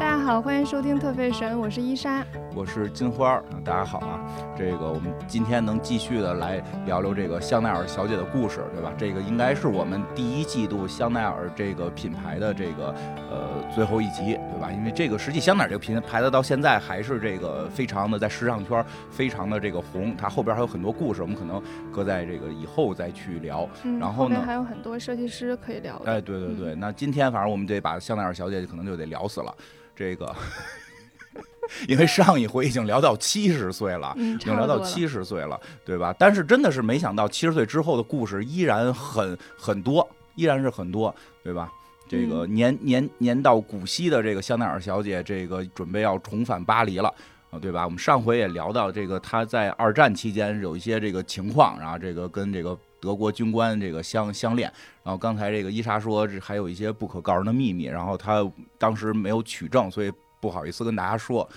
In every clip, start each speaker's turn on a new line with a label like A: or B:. A: 家好，欢迎收听特费神，我是伊莎。
B: 我是金花儿，嗯大家好啊！这个我们今天能继续的来聊聊这个香奈儿小姐的故事，对吧？这个应该是我们第一季度香奈儿这个品牌的这个呃最后一集，对吧？因为这个实际香奈儿这个品牌的到现在还是这个非常的在时尚圈儿非常的这个红，它后边还有很多故事，我们可能搁在这个以后再去聊。
A: 嗯，
B: 然后呢
A: 边还有很多设计师可以聊的。
B: 哎，对对对，那今天反正我们得把香奈儿小姐可能就得聊死了，这个。 因为上一回已经聊到七十岁了，
A: 嗯，
B: 已
A: 差
B: 经
A: 不
B: 聊
A: 多
B: 到
A: 了。
B: 七十岁了，对吧？但是真的是没想到，七十岁之后的故事依然很很多，依然是很多，对吧？这个
A: 嗯
B: 年年年到古稀的这个香奈儿小姐，这个准备要重返巴黎了。啊，对吧？我们上回也聊到这个，她在二战期间有一些这个情况，然后这个跟这个德国军官这个相相恋。然后刚才这个伊莎说，这还有一些不可告人的秘密，然后她当时没有取证，所以不好意思跟大家说。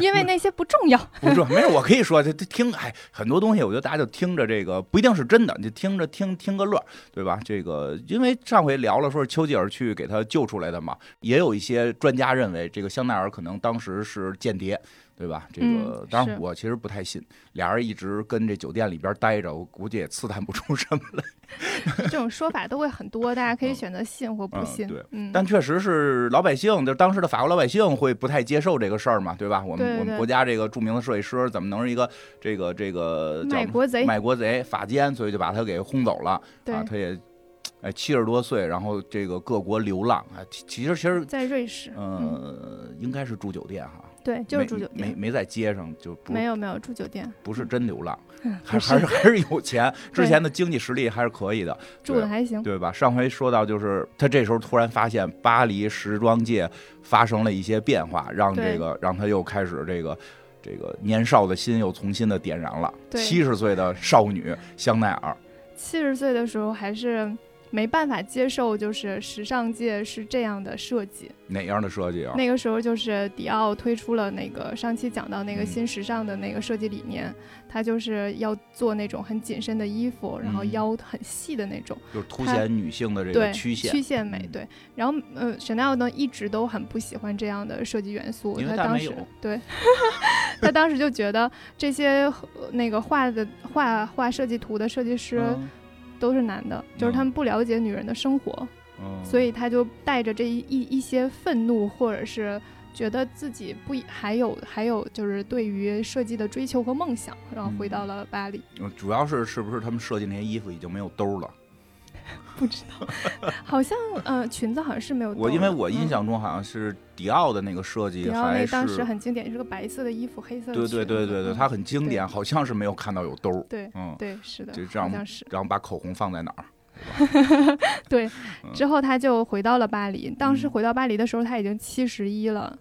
A: 因为那些不重 要。
B: 不是，没事，我可以说，这这听，哎，很多东西，我觉得大家就听着这个，不一定是真的，你就听着听听个乐儿，对吧？这个，因为上回聊了，说是丘吉尔去给他救出来的嘛，也有一些专家认为，这个香奈儿可能当时是间谍，对吧？这个，
A: 嗯
B: 当
A: 是
B: 然我其实不太信，俩人一直跟这酒店里边待着，我估计也刺探不出什么来。
A: 这种说法都会很多，大家可以
B: 嗯
A: 选择信或不
B: 嗯
A: 信
B: 对。
A: 嗯，
B: 但确实是老百姓，就是当时的法国老百姓会不太接受这个事儿嘛，对吧？我们
A: 对
B: 我们
A: 对
B: 国家这个著名的设计师，怎么能是一个这个这个叫
A: 卖
B: 什么
A: 国贼
B: 卖国贼、法奸，所以就把他给轰走了。
A: 对
B: 啊，，他也哎七十多岁，然后这个各国流浪啊，其其实其实
A: 在瑞士，嗯，
B: 呃，应该是住酒店哈。
A: 对，就是住酒
B: 没没
A: 店，
B: 没在街上，就不
A: 没有没有住酒店，
B: 不是真 流浪，
A: 嗯
B: 还
A: 不
B: 还
A: 是
B: 是还是有 钱，之
A: 对
B: 前的经济实力还是可以的。
A: 住的还行。
B: 对吧？上回说到，就是他这时候突然发现巴黎时装界发生了一些变化，让
A: 对
B: 这个让他又开始这个这个年少的心又重新的点燃了。
A: 对
B: 七十岁的少女香奈儿，
A: 七十岁的时候还是没办法接受，就是时尚界是这样的设计。
B: 哪样的设计啊？
A: 那个时候就是迪奥推出了那个上期讲到那个
B: 嗯
A: 新时尚的那个设计理念，它就是要做那种很紧身的衣服，然后
B: 嗯
A: 腰很细的那种，
B: 就是凸显女性的这个
A: 对，
B: 曲线，
A: 美，
B: 嗯
A: 对。然后呃，Chanel 呢一直都很不喜欢这样的设计元素，
B: 因
A: 他
B: 为它
A: 当
B: 没
A: 时
B: 有
A: 对， 他当时就觉得这些呃那个画的画画设计图的设计师
B: 嗯
A: 都是男的，就是他
B: 嗯
A: 们不了解女人的生活。
B: 嗯
A: 所以他就带着这一一一些愤怒，或者是觉得自己不还有还有就是对于设计的追求和梦想，然后回到了巴黎。
B: 嗯主要是是不是他们设计那些衣服已经没有兜了？
A: 不知道，好像呃裙子好像是没有兜儿的。
B: 我因为我印
A: 嗯
B: 象中好像是迪奥的那个设计
A: 迪奥
B: 还
A: 那
B: 是
A: 当时很经典，是个白色的衣服，黑色的
B: 对对对对对，它
A: 他
B: 很经典，好像是没有看到有兜儿。
A: 嗯对
B: 嗯，
A: 对是的，
B: 就这
A: 好
B: 样嗯
A: 像是。
B: 然后把口红放在哪儿？嗯
A: 之后他就回到了巴黎，当时
B: 嗯
A: 回到巴黎的时候他已经七十一了，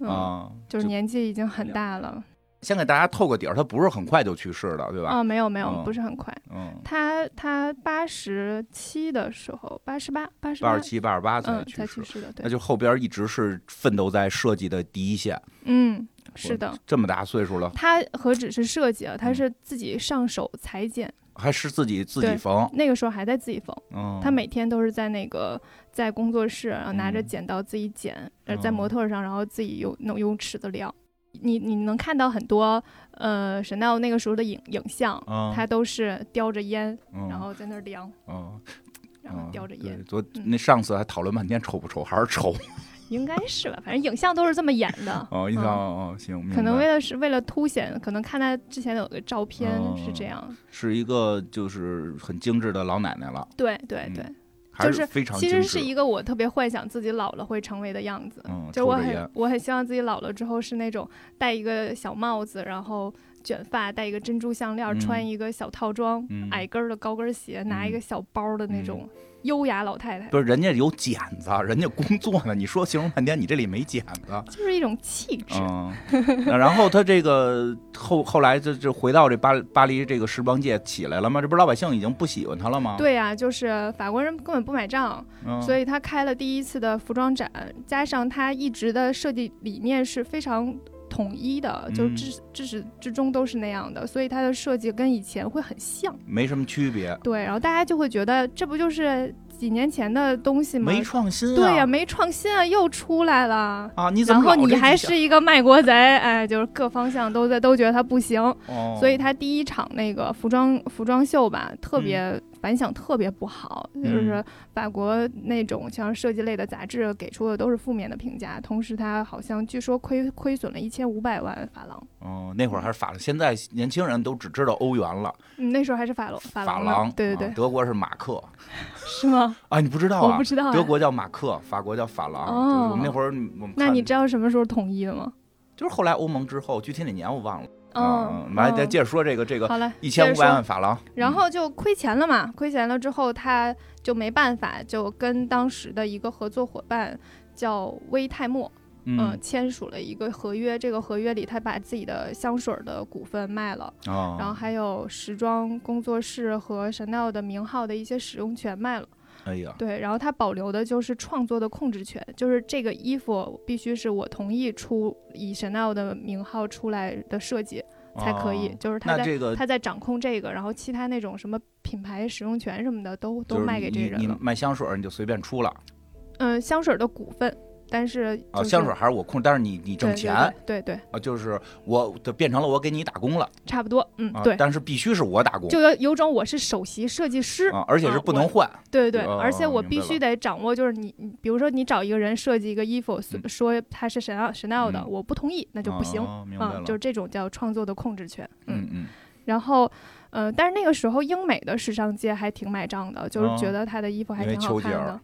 A: 嗯，
B: 啊、
A: 就是年纪已经很
B: 就
A: 大了。
B: 先给大家透个底儿，他不是很快就去世的，对吧？
A: 哦，没有没有，
B: 嗯
A: 不是很快。
B: 嗯，
A: 他他八十七的时候，八十八，八十
B: 八
A: 八
B: 十，七、八十八才
A: 嗯，
B: 去
A: 才去
B: 世，
A: 世的，
B: 那
A: 对，
B: 就后边一直是奋斗在设计的第一线。
A: 嗯，是的。
B: 这么大岁数了，
A: 他何止是设计啊，
B: 嗯
A: 他是自己上手裁剪，
B: 还是自己自
A: 对
B: 己缝。
A: 那个时候还在自己缝，
B: 嗯，
A: 他每天都是在那个在工作室，然后拿着
B: 嗯
A: 剪刀自己剪，呃，
B: 哦
A: 在模特上，然后自己用弄用尺子量。你你能看到很多呃沈 l 那个时候的影影像，
B: 嗯，
A: 他都是叼着烟，
B: 嗯
A: 然后在那儿量，
B: 嗯
A: 然后
B: 嗯
A: 叼着
B: 对
A: 烟，
B: 昨
A: 嗯
B: 那上次还讨论半天丑不丑，还是丑。。
A: 应该是吧，反正影像都是这么演的
B: 哦，印象
A: 嗯
B: 哦，行，明
A: 可能
B: 白
A: 为了是为了凸显，可能看他之前有个照片
B: 哦
A: 是这样，
B: 是一个就是很精致的老奶奶了，
A: 对对
B: 嗯
A: 对，
B: 还
A: 就是
B: 非常
A: 其实
B: 精致。
A: 是一个我特别幻想自己老了会成为的样子，
B: 嗯，
A: 就是
B: 抽
A: 我
B: 着
A: 很
B: 烟
A: 我很希望自己老了之后是那种戴一个小帽子，然后卷发，戴一个珍珠项链，
B: 嗯
A: 穿一个小套装，
B: 嗯
A: 矮跟儿的高跟鞋，拿一个小包的那种优雅老太太，
B: 不是人家有剪子，人家工作呢。你说形容半天，你这里没剪子。
A: 就是一种气质。
B: 嗯，那然后他这个后后来就就回到这巴巴黎这个时装界起来了吗？这不是老百姓已经不喜欢他了吗？，
A: 对呀、啊就是法国人根本不买账，
B: 嗯、
A: 所
B: 以
A: 以他开了第一次的服装展，加上他一直的设计理念是非常统一的，就
B: 嗯
A: 至至始至终都是那样的，所以他的设计跟以前会很像。
B: 没什么区别。
A: 对，然后大家就会觉得这不就是几年前的东西嘛
B: 没，创新啊，
A: 对呀、没创新啊，又出来了。
B: 啊，你怎
A: 然
B: 么
A: 后
B: 老
A: 你
B: 这
A: 还
B: 几下
A: 是一个卖国贼，哎，就是各方向都在都觉得他不行，
B: 哦，
A: 所以他第一场那个服装服装秀吧，特别、
B: 嗯
A: 反响特别不好，就是法国那种像设计类的杂志给出的都是负面的评价，同时他好像据说亏亏损了一千五百万法郎，
B: 哦，那会儿还是法郎，现在年轻人都只知道欧元了，
A: 嗯，那时候还是法郎法
B: 法
A: 郎呢，
B: 郎，
A: 对对
B: 啊
A: 对，
B: 德国是马克
A: 是吗？
B: 啊，你不知道
A: 我
B: 啊
A: 不？知道、啊，
B: 德国叫马克，法国叫法郎，就是我们那
A: 哦
B: 会儿我们
A: 那
B: 看
A: 你知道什么时候统一的吗？
B: 就是后来欧盟之后，具体哪年我忘了。啊
A: 嗯，
B: 来
A: 嗯
B: 再接着说这个这个
A: 好了，
B: 一
A: 接着
B: 千五百
A: 说
B: 万法郎，
A: 然后就亏钱了嘛，亏钱了之后，他就没办法，就跟当时的一个合作伙伴叫威泰莫，
B: 嗯
A: 呃签署了一个合约。这个合约里，他把自己的香水儿的股份卖了，
B: 哦，
A: 然后还有时装工作室和 Chanel 的名号的一些使用权卖了。
B: 哎呀，
A: 对，然后他保留的就是创作的控制权，就是这个衣服必须是我同意出以 Chanel 的名号出来的设计才可以，
B: 哦
A: 就是他
B: 那
A: 在
B: 这个
A: 他在掌控这个，然后其他那种什么品牌使用权什么的都
B: 就
A: 都
B: 是
A: 卖给这
B: 你
A: 个人
B: 你
A: 了。
B: 卖香水儿你就随便出了
A: 嗯，香水的股份，但是、就是、
B: 啊，香水还是我控，但是你你挣
A: 对对
B: 钱
A: 对对对，
B: 啊，就是我就变成了我给你打工了
A: 差不多，嗯，
B: 啊
A: 对，，
B: 但是必须是我打工
A: 就有有种我是首席设计师，
B: 啊，而且是
A: 啊
B: 不
A: 我
B: 能换
A: 对对对，
B: 哦
A: 而且我
B: 明白
A: 必须
B: 了
A: 得掌握，就是你，你比如说你找一个人设计一个衣服，说
B: 嗯
A: 说他是 Chanel Chanel 的，
B: 嗯
A: 我不同意，那就不行。
B: 哦明白
A: 啊
B: 了，，
A: 就是这种叫创作的控制权。
B: 嗯嗯
A: 然后，呃，但是那个时候英美的时尚界还挺买账的，就是
B: 哦
A: 觉得他的衣服还
B: 因为
A: 挺好
B: 丘吉
A: 看
B: 尔
A: 的。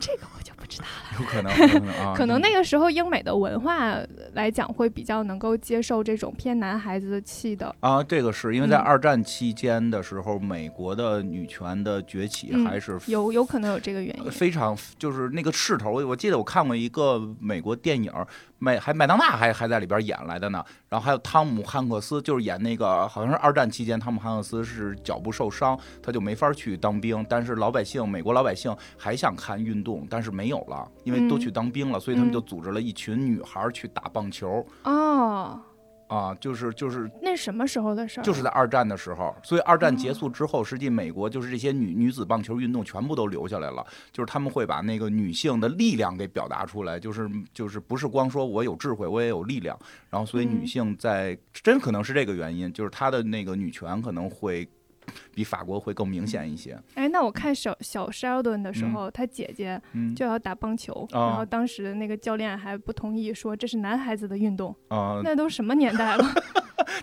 A: 这个我就不知 道了，
B: 有 可能，有可能啊，
A: 可能
B: 嗯
A: 那个时候英美的文化来讲会比较能够接受这种偏男孩子气的。
B: 啊，这个是因为在
A: 嗯
B: 二战期间的时候，美国的女权的崛起
A: 嗯
B: 还是
A: 有有可能有这个原因，
B: 呃非常就是那个势头，我记得我看过一个美国电影，麦还麦当娜还还在里边演来的呢，然后还有汤姆汉克斯，就是演那个好像是二战期间，汤姆汉克斯是脚部受伤，他就没法去当兵，但是老百姓美国老百姓还想看运动，但是没有了，因为都
A: 嗯
B: 去当兵了，所以他们
A: 嗯
B: 就组织了一群女孩去打棒球
A: 哦，
B: 啊，就是就是
A: 那什么时候的事儿？
B: 就是在二战的时候，所以二战结束之后，实际美国就是这些女女子棒球运动全部都留下来了，就是他们会把那个女性的力量给表达出来，就是就是不是光说我有智慧，我也有力量，然后所以
A: 嗯
B: 女性在真可能是这个原因，就是她的那个女权可能会比法国会更明显一些，
A: 哎，那我看小小 Sheldon 的时候，他姐姐
B: 嗯
A: 就要打棒球，
B: 啊
A: 然后当时的那个教练还不同意，说这是男孩子的运动，
B: 啊，
A: 那都什么年代了，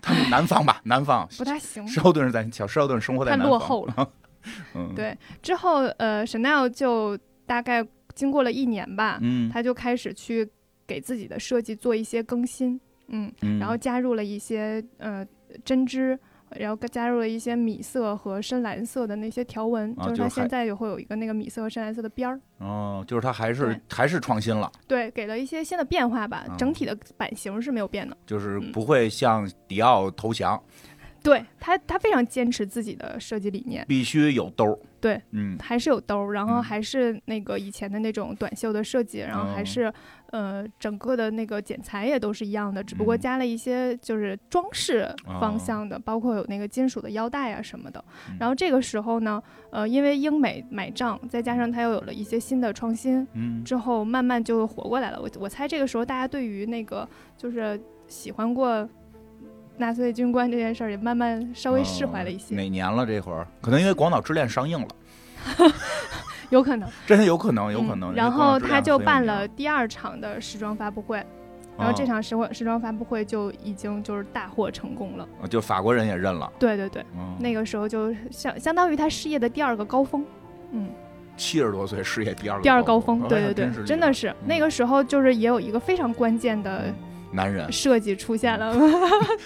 B: 他们南方吧，南方，
A: 不太 行，
B: 施奥顿是在小施奥顿生活在
A: 太
B: 南
A: 落
B: 方，
A: 后了。
B: 嗯，
A: 对啊之后，呃，Chanel 就大概经过了一年吧，
B: 嗯，
A: 他就开始去给自己的设计做一些更新，嗯，
B: 嗯，
A: 然后加入了一些呃针织。然后加入了一些米色和深蓝色的那些条纹，
B: 啊
A: 就是
B: 就
A: 它
B: 是还
A: 现在也会有一个那个米色和深蓝色的边儿。
B: 哦，就是他还是
A: 对
B: 还是创新了。
A: 对，给了一些新的变化吧，
B: 嗯
A: 整体的版型是没有变的。
B: 就是
A: 嗯
B: 不会向迪奥投降，
A: 对他，他非常坚持自己的设计理念，
B: 必须有兜儿。
A: 对，
B: 嗯，
A: 还是有兜儿，然后
B: 嗯
A: 还是那个以前的那种短袖的设计，然
B: 哦
A: 后还是呃整个的那个剪裁也都是一样的，只不过
B: 嗯哦
A: 加了一些就是装饰方向的，包括有那个金属的腰带啊什么的。
B: 嗯
A: 然后这个时候呢，呃，因为英美买账，再加上它又有了一些新的创新，
B: 嗯，
A: 之后慢慢就活过来了。我我猜这个时候大家对于那个就是喜欢过纳粹军官这件事儿也慢慢稍微释怀了一
B: 哦
A: 些，
B: 哪年了？这会儿可能因为《广岛之恋》上映了，
A: 有可能，
B: 真的有可能，有可能。
A: 嗯
B: 因为
A: 然
B: 广岛
A: 后
B: 之
A: 他
B: 恋
A: 就
B: 很有
A: 办
B: 名
A: 了，第二场的时装发布会，然后
B: 哦
A: 这场时装时装发布会就已经就是大获成功了。
B: 就法国人也认了。
A: 对对对，
B: 嗯，
A: 那个时候就相相当于他事业的第二个高峰。嗯，
B: 七十多岁事业第二
A: 第二高
B: 峰
A: 峰，，
B: 哎
A: 对
B: 呀
A: 对
B: 是
A: 对，
B: 厉
A: 真
B: 害
A: 的是呃
B: 嗯
A: 那个时候，就是也有一个非常关键的
B: 男人，
A: 设计出现了，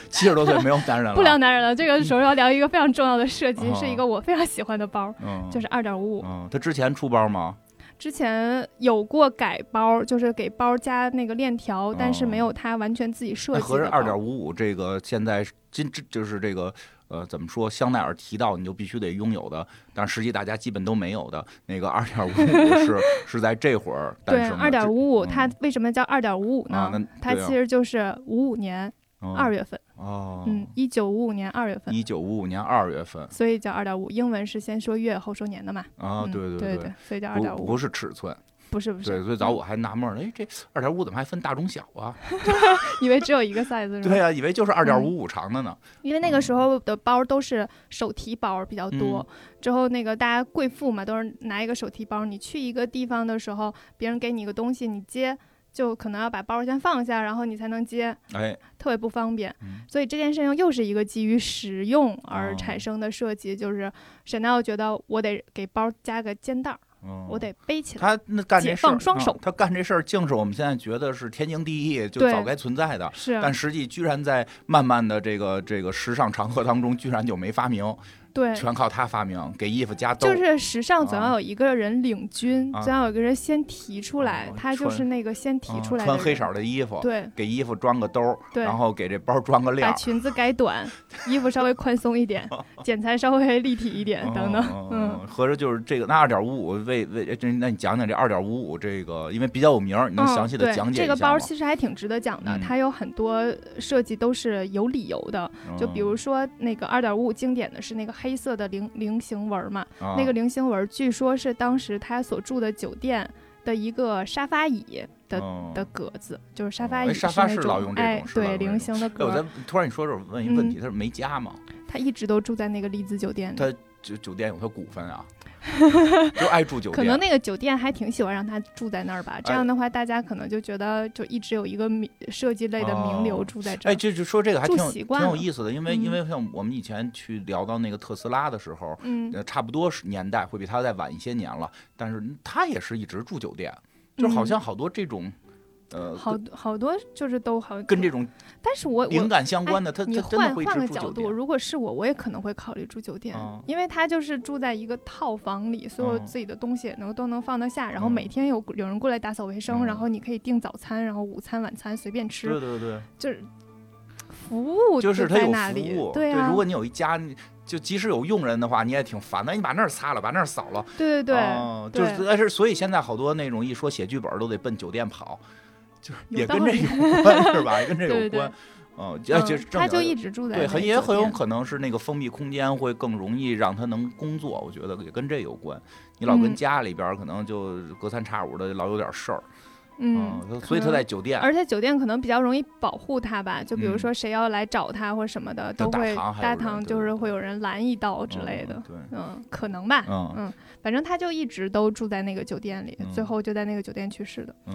B: 七十多岁没有男人 了，
A: 不聊男人了，这个时候要聊一个非常重要的设计，
B: 嗯
A: 是一个我非常喜欢的包，
B: 嗯，
A: 就是二点五五。
B: 嗯，他之前出包吗？
A: 之前有过改包，就是给包加那个链条，但是没有它完全自己设
B: 哦那
A: 计
B: 哎合
A: 的
B: 着
A: 包。
B: 二点五五这个现在今这就是这个呃怎么说？香奈儿提到你就必须得拥有的，但实际大家基本都没有的那个二点五五 是是在这会儿诞
A: 对，
B: 生的。
A: 二点五五，
B: 嗯
A: 它为什么叫二点五五
B: 啊
A: 呢
B: 那？
A: 它
B: 对啊
A: 其实就是五五年
B: 二
A: 二月份
B: 啊哦，
A: 嗯，一九五五年二月份，
B: 一九五五年二月份
A: 所以叫二点五。英文是先说月后说年的嘛？
B: 啊，
A: 嗯
B: 对
A: 对
B: 对，
A: 所以叫二点
B: 不
A: 五
B: 不，是尺寸，
A: 不是不嗯
B: 对，
A: 是，
B: 最早我还纳闷儿，哎，这二点五怎么还分大中小啊？
A: 嗯以为只有一个 size 是
B: 对
A: 吗？
B: 啊呀、以为
A: 嗯
B: 就是二点五五长的呢。
A: 因为
B: 嗯
A: 那个时候的包都是手提包比较多，之后那个大家贵妇嘛，都是拿一个手提包。你去一个地方的时候，别人给你一个东西，你接就可能要把包先放下，然后你才能接，
B: 哎，
A: 特别不方便。
B: 嗯
A: 所以这件事情又是一个基于实用而
B: 哦
A: 产生的设计，就是沈奈觉得我得给包加个肩带儿，
B: 嗯
A: 我得背起来。
B: 他那干这
A: 解
B: 事儿，
A: 放双手
B: 嗯他干这事儿，竟是我们现在觉得是天经地义，就
A: 对
B: 早该存在的。
A: 是，
B: 但实际居然在慢慢的这个这个时尚长河当中，居然就没发明，
A: 对，
B: 全靠他发明，给衣服加兜。
A: 就是时尚总
B: 啊
A: 要有一个人领军，
B: 啊
A: 总要有一个人先提出来，
B: 哦
A: 他就
B: 穿
A: 是那个先提
B: 嗯
A: 出来的
B: 穿
A: 人、
B: 黑色儿的衣服，
A: 对，
B: 给衣服装个兜儿，
A: 对
B: 然后给这包装个链
A: 把
B: 儿，
A: 裙子改短，衣服稍微宽松一点，剪裁稍微立体一点，等 等。
B: 哦
A: 嗯，
B: 合着就是这个那二点五五为为这，那你讲讲这二点五五这个，因为比较有名儿，你能
A: 嗯
B: 详细的
A: 对
B: 讲解一
A: 这
B: 下
A: 个包
B: 吗？
A: 其实还挺值得讲的，
B: 嗯
A: 它有很多设计都是有理由的。
B: 哦
A: 就比
B: 嗯
A: 如说那个二点五五经典的是那个黑色的菱菱形纹嘛，
B: 嗯
A: 那个菱形纹据说是当时他所住的酒店的一个沙发椅的
B: 嗯
A: 的格子，就是沙发
B: 哦哎
A: 椅
B: 沙发
A: 那
B: 是
A: 种
B: 老用这
A: 哎
B: 种是老
A: 对
B: 用这
A: 菱
B: 种
A: 形的
B: 哎，我
A: 格
B: 在
A: 子，
B: 突然你说这，我问一问题，
A: 嗯
B: 他是没加吗？
A: 他一直都住在那个丽兹酒店
B: 他
A: 里。
B: 酒酒店有他股份 啊，就爱住酒
A: 可
B: 店。
A: 能那个酒店还挺喜欢让他住在那儿吧，这
B: 哎
A: 样的话大家可能就觉得就一直有一个名设计类的名流
B: 哦
A: 住在这
B: 哎，
A: 儿。
B: 这就说这个还挺
A: 住
B: 有
A: 习
B: 挺
A: 惯
B: 有
A: 了
B: 意思的，因为因
A: 嗯
B: 为像我们以前去聊到那个特斯拉的时候，
A: 嗯，
B: 呃，差不多是年代会比他再晚一些年了，但是他也是一直住酒店，就好
A: 嗯
B: 像好多这种，呃，
A: 好好多就是都好，
B: 跟这种
A: 但是我
B: 灵
A: 我
B: 感相
A: 哎
B: 关的，他
A: 你
B: 他真
A: 换
B: 的会一
A: 换个
B: 直住
A: 角
B: 酒
A: 度，
B: 店。
A: 如果是我，我也可能会考虑住酒店，
B: 嗯
A: 因为他就是住在一个套房里，所有
B: 嗯
A: 自己的东西也能都能放得下，然后
B: 嗯
A: 每天有有人过来打扫卫生，
B: 嗯
A: 然后你可以订早餐，然后午餐、晚餐随便吃，
B: 对对对，
A: 就是服务
B: 就是他
A: 在
B: 有
A: 那
B: 服
A: 里
B: 务，，
A: 对啊，
B: 如果你有一家，你就即使有佣人的话，你也挺烦的。哎你把那儿擦了，把那儿扫了，
A: 对对对。
B: 哦就是
A: 对
B: 但是所以现在好多那种一说写剧本儿都得奔酒店跑，就是
A: 有
B: 也
A: 道
B: 跟这
A: 理
B: 有关是吧？也跟这有
A: 对对
B: 关，嗯，哎
A: 嗯
B: 就正
A: 他就
B: 经
A: 一直住在
B: 对，
A: 那
B: 很
A: 个
B: 也
A: 酒
B: 很有
A: 店
B: 可能是那个封闭空间会更容易让他能工作，我觉得也跟这有关。你老跟
A: 嗯
B: 家里边儿可能就隔三差五的老有点事儿，
A: 嗯，可
B: 所以他
A: 能
B: 在酒店
A: 而且酒店可能比较容易保护他吧，就比
B: 嗯
A: 如说谁要来找他或者什么的，都
B: 大
A: 会
B: 堂还有
A: 大
B: 人
A: 堂
B: 对
A: 就
B: 对
A: 是会有人拦一刀之
B: 嗯
A: 类的。
B: 对，
A: 嗯，可能吧。
B: 嗯
A: 反正他就一直都住在那个酒店里，最
B: 嗯
A: 后就在那个酒店去世的。
B: 嗯，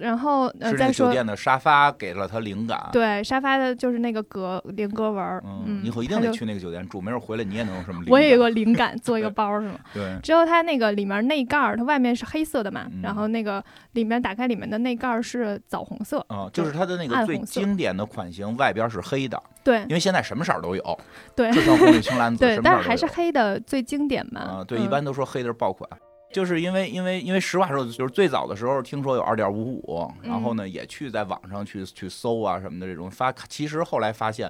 A: 然后呃，
B: 是那
A: 再
B: 个酒
A: 说
B: 店的沙发给了他灵感。
A: 对沙发的就是那个格菱格纹儿，
B: 嗯，以后一
A: 他
B: 定得
A: 就
B: 去那个酒店住，没准回来你也能有什么灵感。
A: 我也有个灵感，做 一个包儿是吗？
B: 对，
A: 之后它那个里面内盖儿，它外面是黑色的嘛，
B: 嗯
A: 然后那个里面打开里面的内盖儿是枣红色，
B: 啊，就是它的那个
A: 暗
B: 最
A: 红色
B: 经典的款型，外边是黑的，
A: 对
B: 因为现在什么色儿都有，
A: 对
B: 就像红绿青蓝紫，
A: 对
B: 什，么
A: 但是
B: 色儿
A: 还
B: 都
A: 是
B: 有
A: 黑的最经典嘛。
B: 啊。对，
A: 嗯
B: 一般都说黑的是爆款，就是因为因为因为实话说，就是最早的时候听说有二点五五，然后呢
A: 嗯
B: 也去在网上去去搜啊什么的这种发，其实后来发现。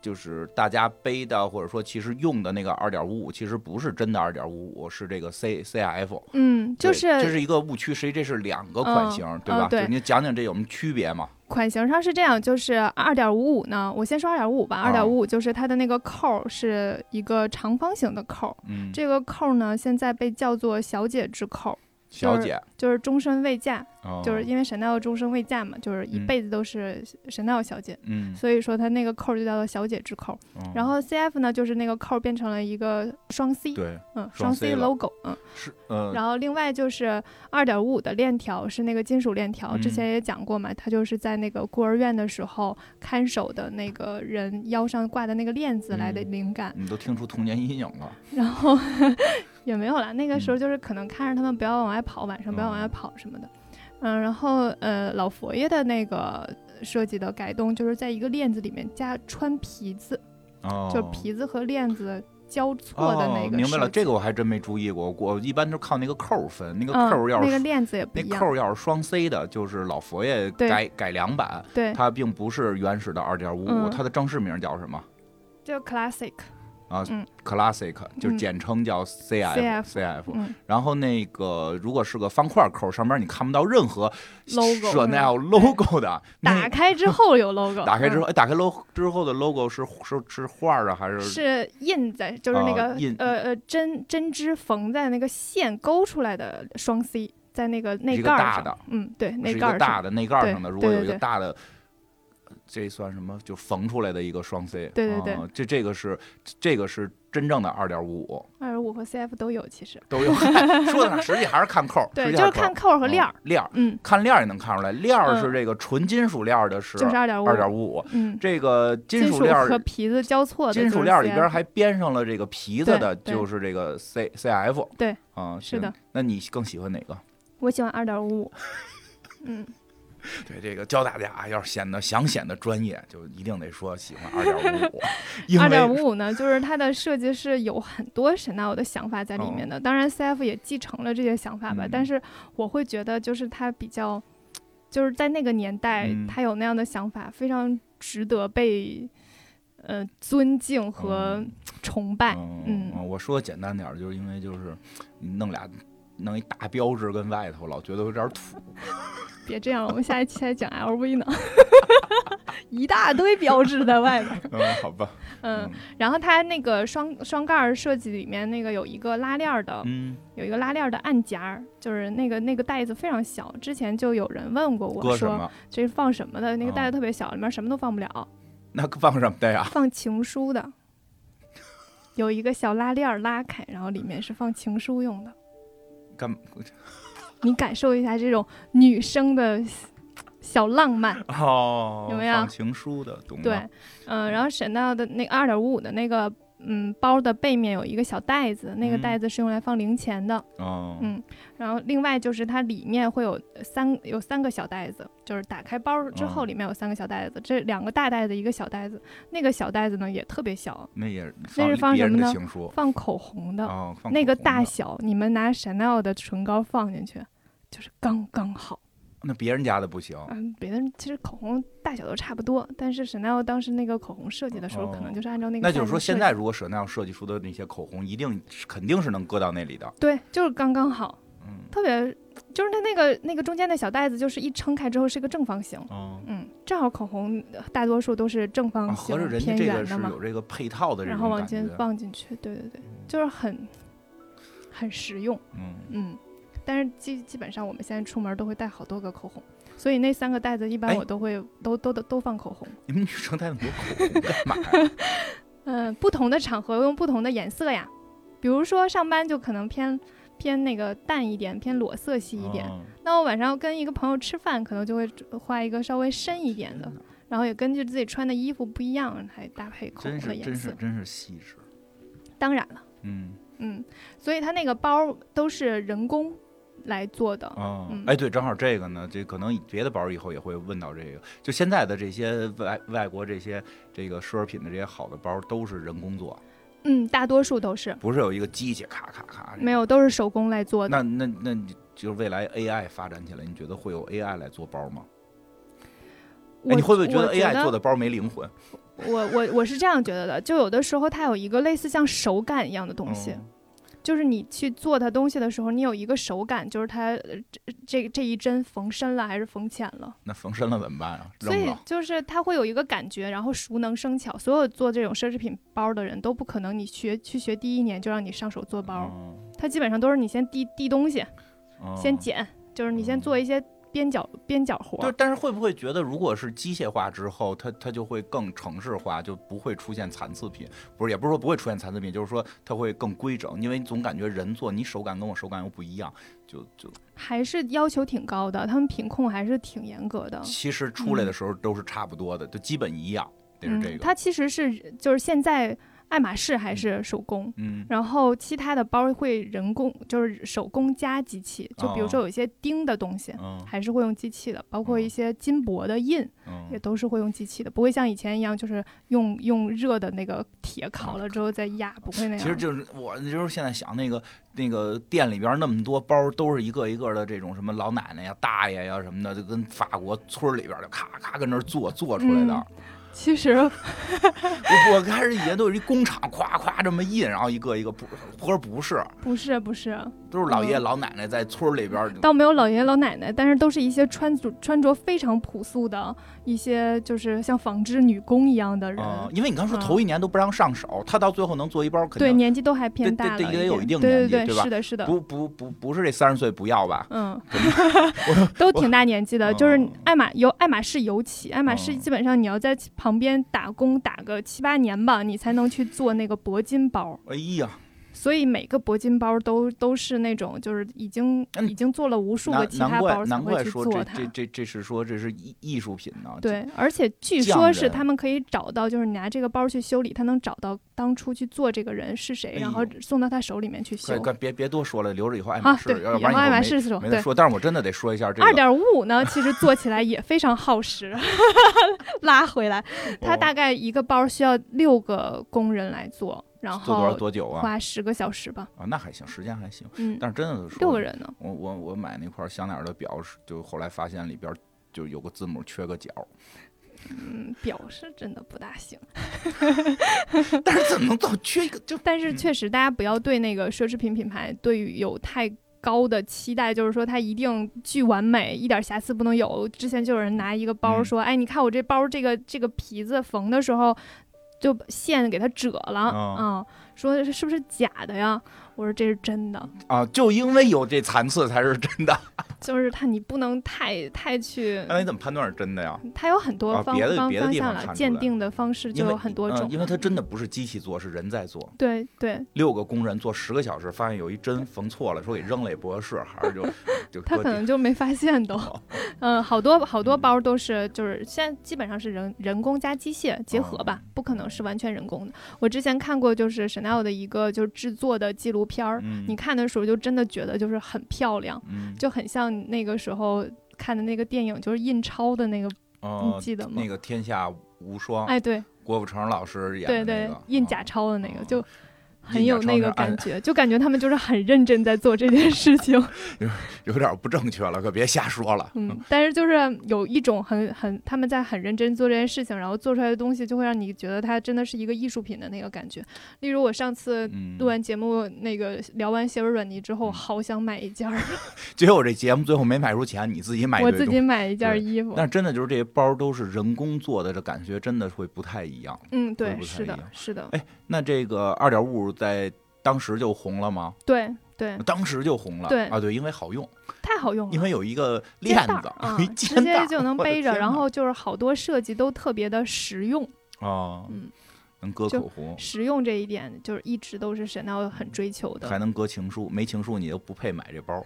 B: 就是大家背的或者说其实用的那个二点五五，其实不是真的二点五五，是这个 C C F，
A: 嗯，就
B: 对
A: 是
B: 这是一个误区，实际这是两个
A: 嗯
B: 款型，对
A: 嗯
B: 吧？
A: 对
B: 就你讲讲这有什么区别嘛？
A: 款型上是这样，就是二点五五呢，我先说二点五五吧。二
B: 啊
A: 点五五就是它的那个扣儿是一个长方形的扣儿，
B: 嗯，
A: 这个扣儿呢现在被叫做小姐之扣儿，
B: 小
A: 是
B: 姐，
A: 就是终身未嫁，
B: 哦
A: 就是因为 Chanel 终身未嫁嘛，就是一
B: 嗯
A: 辈子都是 Chanel 小姐，
B: 嗯，
A: 所以说它那个扣儿就叫做小姐之扣儿。
B: 嗯
A: 然后 CF 呢，就是那个扣儿变成了一个双 C，
B: 对
A: 嗯，
B: 双
A: 双
B: C
A: C
B: 了
A: logo，嗯。
B: 是呃，
A: 然后另外就是二点五五的链条是那个金属链条，之
B: 嗯
A: 前也讲过嘛，它就是在那个孤儿院的时候看守的那个人腰上挂的那个链子来的
B: 嗯
A: 灵感。
B: 你都听出童年阴影了，
A: 然后 也没有啦，那个时候就是可能看着他们不要往外跑，晚上不要往外
B: 嗯
A: 跑什么的。嗯，然后呃，老佛爷的那个设计的改动就是在一个链子里面加穿皮子，
B: 哦
A: 就是皮子和链子交错的那
B: 哦
A: 个设计。
B: 明白了，这个我还真没注意过，我一般都靠那个扣儿分，那个
A: 嗯
B: 扣儿要
A: 那个
B: 是、
A: 链子也不
B: 那
A: 一样
B: 扣，儿要是双 C 的，就是老佛爷
A: 对
B: 改改良版，
A: 对，
B: 它并不是原始的二点五五，
A: 嗯
B: 它的正式名叫什么？
A: 就 classic。
B: 啊
A: 嗯
B: ，classic 就是
A: 嗯
B: 简称叫
A: CF
B: CF，
A: 嗯
B: 然后那个如果是个方块扣，上边你看不到任何
A: Logo 是吧
B: Chanel logo 的。
A: 打开之后有 logo，
B: 那 打开之
A: 嗯
B: 后，哎，打开 logo 之后的 logo 是是是画儿啊，还是
A: 是印在，就是那个、
B: 哦印
A: 呃呃针针织缝在那个线勾出来的双 C，在那个内
B: 一个
A: 盖儿
B: 大
A: 上
B: 的
A: 嗯，对，内
B: 是一
A: 盖儿
B: 个大
A: 上
B: 的内盖儿
A: 对
B: 上的？如
A: 对
B: 果
A: 对
B: 有一个
A: 对
B: 大的，这算什么？就缝出来的一个双 C。
A: 对对对
B: 啊这这个是这个是真正的二点五五
A: 二十五和 CF 都有，其实
B: 都有， 说的哪实际还是看扣儿，
A: 对，
B: 实际
A: 就
B: 还
A: 是
B: 扣
A: 看扣儿和链儿，
B: 嗯链儿，
A: 嗯，
B: 看链儿也能看出来，链儿是
A: 嗯
B: 这个纯金属链儿的是
A: 就是二点五，
B: 二点五五，
A: 嗯，
B: 这个金属
A: 属
B: 链儿
A: 和皮子交错的，
B: 金属链儿里边儿还编上了这个皮子
A: 对
B: 的，
A: 对
B: 就是这个 C C F。
A: 对，
B: 啊，
A: 是的
B: 行。那你更喜欢哪个？
A: 我喜欢二点 五五，嗯，
B: 对，这个教大家啊，要是显得想显得专业，就一定得说喜欢二点 五五，因
A: 二点
B: 为嗯
A: 五五呢，就是它的设计是有很多沈纳欧的想法在里面的。当然，CF 也继承了这些想法吧，
B: 哦嗯
A: 但是我会觉得，就是它比较，就是在那个年代，
B: 嗯
A: 它有那样的想法，非常值得被呃尊敬和
B: 嗯
A: 崇拜。
B: 嗯
A: 嗯，
B: 嗯我说简单点儿，就是因为就是你弄俩弄一大标志跟外头，老觉得有点土。
A: 别这样了，我们下一期还讲 LV 呢， 一大堆标志在外面。
B: 嗯，好吧。
A: 嗯，然后它那个双双盖儿设计里面那个有一个拉链儿的，
B: 嗯，
A: 有一个拉链的暗夹儿，就是那个那个袋子非常小。之前就有人问过我
B: 搁什
A: 说，
B: 么？
A: 这是放什么的？那个
B: 哦
A: 袋子特别小，里面什么都放不了，
B: 那放什么的呀？
A: 放情书的。 有一个小拉链儿拉开，然后里面是放情书用的。
B: 干 嘛
A: 你感受一下这种女生的小浪漫，
B: 哦，
A: 有没有
B: 放情书的？懂了
A: 对，嗯、然后沈娜的那二点五五的那个嗯包的背面有一个小袋子，那个
B: 嗯
A: 袋子是用来放零钱的。
B: 哦，
A: 嗯然后另外就是它里面会有三有三个小袋子，就是打开包之后
B: 嗯
A: 里面有三个小袋子，这两个大袋子一个小袋子，那个小袋子呢也特别小，
B: 那也
A: 那是放
B: 别
A: 什
B: 人
A: 么
B: 的
A: 呢
B: 情书
A: 放口红的、
B: 哦，放
A: 那
B: 口
A: 个
B: 红
A: 大
B: 的
A: 小，你们拿 Chanel 的唇膏放进去，就是刚刚好。
B: 那别人家的不行，
A: 嗯，别的其实口红大小都差不多，但是 Chanel 当时那个口红设计的时候，可
B: 哦
A: 能就是按照那个
B: 那
A: 袋子设计。
B: 就是说现在如果舍那要设计出的那些口红，一定肯定是能搁到那里的。
A: 对，就是刚刚好，
B: 嗯，
A: 特别就是它那个那个中间的小袋子，就是一撑开之后是个正方形。
B: 哦，
A: 嗯，正好口红呃大多数都是正
B: 啊
A: 方形、
B: 合着人家
A: 嗯偏
B: 这
A: 圆
B: 个
A: 的
B: 是
A: 嘛，
B: 有这个配套的这
A: 然后
B: 种
A: 往
B: 感
A: 进
B: 觉。
A: 放进去，对对对，就是很很实用，
B: 嗯，
A: 嗯。但是基基本上我们现在出门都会带好多个口红，所以那三个袋子一
B: 哎
A: 般我都会、都都都都放口红，
B: 你们女生带那么多口红 干嘛呀？
A: 嗯、不同的场合用不同的颜色呀，比如说上班就可能偏偏那个淡一点，偏裸色系一点，
B: 哦
A: 那我晚上跟一个朋友吃饭，可能就会画一个稍微深一点
B: 嗯
A: 的，然后也根据自己穿的衣服不一样来搭配口
B: 真
A: 红的
B: 是
A: 颜
B: 真是
A: 色。
B: 真是细致。
A: 当然了，
B: 嗯，
A: 嗯，所以它那个包都是人工来做的。
B: 哦，
A: 嗯
B: 哎，对，正好这个呢，这可能别的包以后也会问到这个。就现在的这些外外国这些这个奢侈品的这些好的包都是人工做，
A: 嗯，大多数都是
B: 不是有一个机器咔咔咔。
A: 没有，都是手工来做的。
B: 那那那你就是未来 AI 发展起来，你觉得会有 AI 来做包吗？哎，
A: 我
B: 你会不会觉
A: 我
B: 得
A: 得
B: AI 做的包没灵魂？
A: 我我我是这样觉得的，就有的时候它有一个类似像手感一样的东西，
B: 嗯
A: 就是你去做它东西的时候，你有一个手感，就是它呃这这这一针缝深了还是缝浅了。
B: 那缝身了怎么办啊？
A: 所
B: 扔
A: 以
B: 了。
A: 就是它会有一个感觉，然后熟能生巧。所有做这种奢侈品包的人都不可能，你学去学第一年就让你上手做包，
B: 嗯
A: 它基本上都是你先递递东西，
B: 嗯
A: 先剪，就是你先做一些边角边角活
B: 对，
A: 儿。
B: 但是会不会觉得，如果是机械化之后，它它就会更城市化，就不会出现残次品？不是，也不是说不会出现残次品，就是说它会更规整，因为你总感觉人做，你手感跟我手感又不一样，就就
A: 还是要求挺高的，他们品控还是挺严格的。
B: 其实出来的时候都是差不多的，就基本一样，得是
A: 嗯，
B: 这个。
A: 它其实是就是现在爱马仕还是手工。
B: 嗯
A: 然后其他的包会人工，就是手工加机器，就比如说有一些钉的东西，
B: 哦嗯
A: 还是会用机器的，包括
B: 哦
A: 一些金箔的印，也
B: 嗯，
A: 都是会用机器的，不会像以前一样就是用用热的那个铁烤了之后再压，不会那样。
B: 嗯其实就是我就是现在想那个那个店里边那么多包，都是一个一个的这种什么老奶奶呀、大爷呀什么的，就跟法国村里边就咔咔跟那儿做做出来的。
A: 其实
B: 我我开始以前都是一工厂，夸夸这么印，然后一个一个不，不是不是，
A: 不是不是，
B: 都是老爷爷
A: 嗯
B: 老奶奶在村儿里边儿，
A: 倒没有老爷爷老奶奶，但是都是一些穿着穿着非常朴素的一些，就是像纺织女工一样的人，
B: 嗯，因为你刚说
A: 嗯
B: 头一年都不让上手，他到最后能做一包，肯
A: 对，
B: 定
A: 年纪都还偏
B: 对对
A: 大了
B: 对
A: 点，
B: 也得有一定
A: 对
B: 年纪
A: 对
B: 对吧
A: 是的，是的，
B: 不不不不是这三十岁不要吧？
A: 嗯
B: 怎，
A: 都挺大年纪的，
B: 我
A: 就是
B: 哦
A: 爱马尤爱马仕尤其，爱马仕
B: 哦
A: 基本上你要在旁边打工打个七八年吧，你才能去做那个铂金包，
B: 哎呀，
A: 所以每个铂金包都都是那种就是已经、
B: 嗯
A: 已经做了无数个
B: 难
A: 其
B: 难
A: 他
B: 怪
A: 包才
B: 难
A: 会
B: 怪
A: 去
B: 说
A: 做
B: 这
A: 它
B: 这。这这是说这是艺艺术品呢，
A: 对，而且据
B: 匠
A: 说是
B: 人
A: 他们可以找到，就是你拿这个包去修理，他能找到当初去做这个人是谁，
B: 哎
A: 然后
B: 呦
A: 送到他手里面去修
B: 快。快别别多说了，留着以后爱马
A: 啊，
B: 仕，
A: 对，
B: 要
A: 以
B: 不然
A: 后
B: 以
A: 爱马
B: 没
A: 仕是种
B: 没
A: 对
B: 得，说。但是我真的得说一下这
A: 二
B: 个，
A: 点五呢，其实做起来也非常耗时， 拉回来，它
B: 哦
A: 大概一个包需要六个工人来做，然
B: 做多少
A: 后
B: 多久啊？
A: 花十个小时吧，
B: 啊，那还行，时间还行。
A: 嗯，
B: 但是真的是
A: 六个人呢，
B: 我我我买那块香奈儿的表是，就后来发现里边儿就有个字母缺个角，
A: 嗯，表示真的不大行，
B: 但 是怎么能到缺一个就
A: 但是确实大家不要对那个奢侈品品牌对于有太。高的期待就是说它一定巨完美，一点瑕疵不能有。之前就有人拿一个包
B: 嗯
A: 说：“哎，你看我这包这个这个皮子缝的时候，就线给它折了，
B: 哦
A: 嗯，说是是不是假的呀？”我说这是真的，
B: 啊？就因为有这残次才是真的。
A: 就是它你不能太太去，
B: 那你怎么判断是真的呀？
A: 它有很多
B: 哎啊
A: 方、
B: 别的
A: 方
B: 别的
A: 方
B: 地方
A: 向
B: 看出
A: 了，
B: 来
A: 鉴定的方式就
B: 因为
A: 有很多
B: 嗯
A: 种，
B: 因为它真的不是机器做，是人在做。
A: 对对，
B: 六个工人做十个小时，发现有一针缝错了，说给扔了也不合适，还是就就
A: 他
B: 搁
A: 可
B: 地
A: 能就没发现都，
B: 哦
A: 嗯，好多好多包都是就是现在基本上是人人工加机械结合
B: 哦
A: 吧，不可能是完全人工的。我之前看过就是 Chanel 的一个就是制作的纪录片儿，
B: 嗯
A: 你看的时候就真的觉得就是很漂亮，
B: 嗯
A: 就很像那个时候看的那个电影，就是印钞的那个，
B: 哦
A: 你记得吗
B: 那个天下无双，
A: 哎，对
B: 郭富城老师演
A: 对
B: 的
A: 对
B: 那个，
A: 印
B: 啊
A: 假钞的那个
B: 哦
A: 就。很
B: 印假
A: 有
B: 钞
A: 那
B: 是
A: 个
B: 按
A: 感觉，就感觉他们就是很认真在做这件事情。
B: 有点不正确了，可别瞎说了。
A: 嗯，但是就是有一种很很他们在很认真做这件事情，然后做出来的东西就会让你觉得它真的是一个艺术品的那个感觉。例如我上次
B: 嗯，
A: 录完节目那个聊完鞋纹软泥之后，
B: 嗯
A: 好想买一件儿，
B: 结果这节目最后没卖出钱，你自己买一
A: 我
B: 堆
A: 自
B: 东
A: 己
B: 西。
A: 买一件儿衣服。
B: 但真的就是这些包都是人工做的，这感觉真的会不太一样。
A: 嗯，
B: 会
A: 对，
B: 不太
A: 是
B: 一
A: 的
B: 样，
A: 是的，
B: 哎那这个二点五在当时就红了吗？
A: 对对，
B: 当时就红了。
A: 对
B: 啊，对，因为好用，
A: 太好用了
B: 嗯因。为有一个链
A: 肩带
B: 子
A: 儿，啊
B: 有 一，
A: 直
B: 肩带
A: 接
B: 儿
A: 就能
B: 我的
A: 背着，
B: 天
A: 然
B: 哪
A: 后就是好多设计都特别的实用，
B: 哦，
A: 嗯
B: 能搁
A: 就
B: 口红，
A: 实用这一点就是一直都是沈闹很追求的
B: 还。能搁情书，没情书你就不配买这 包。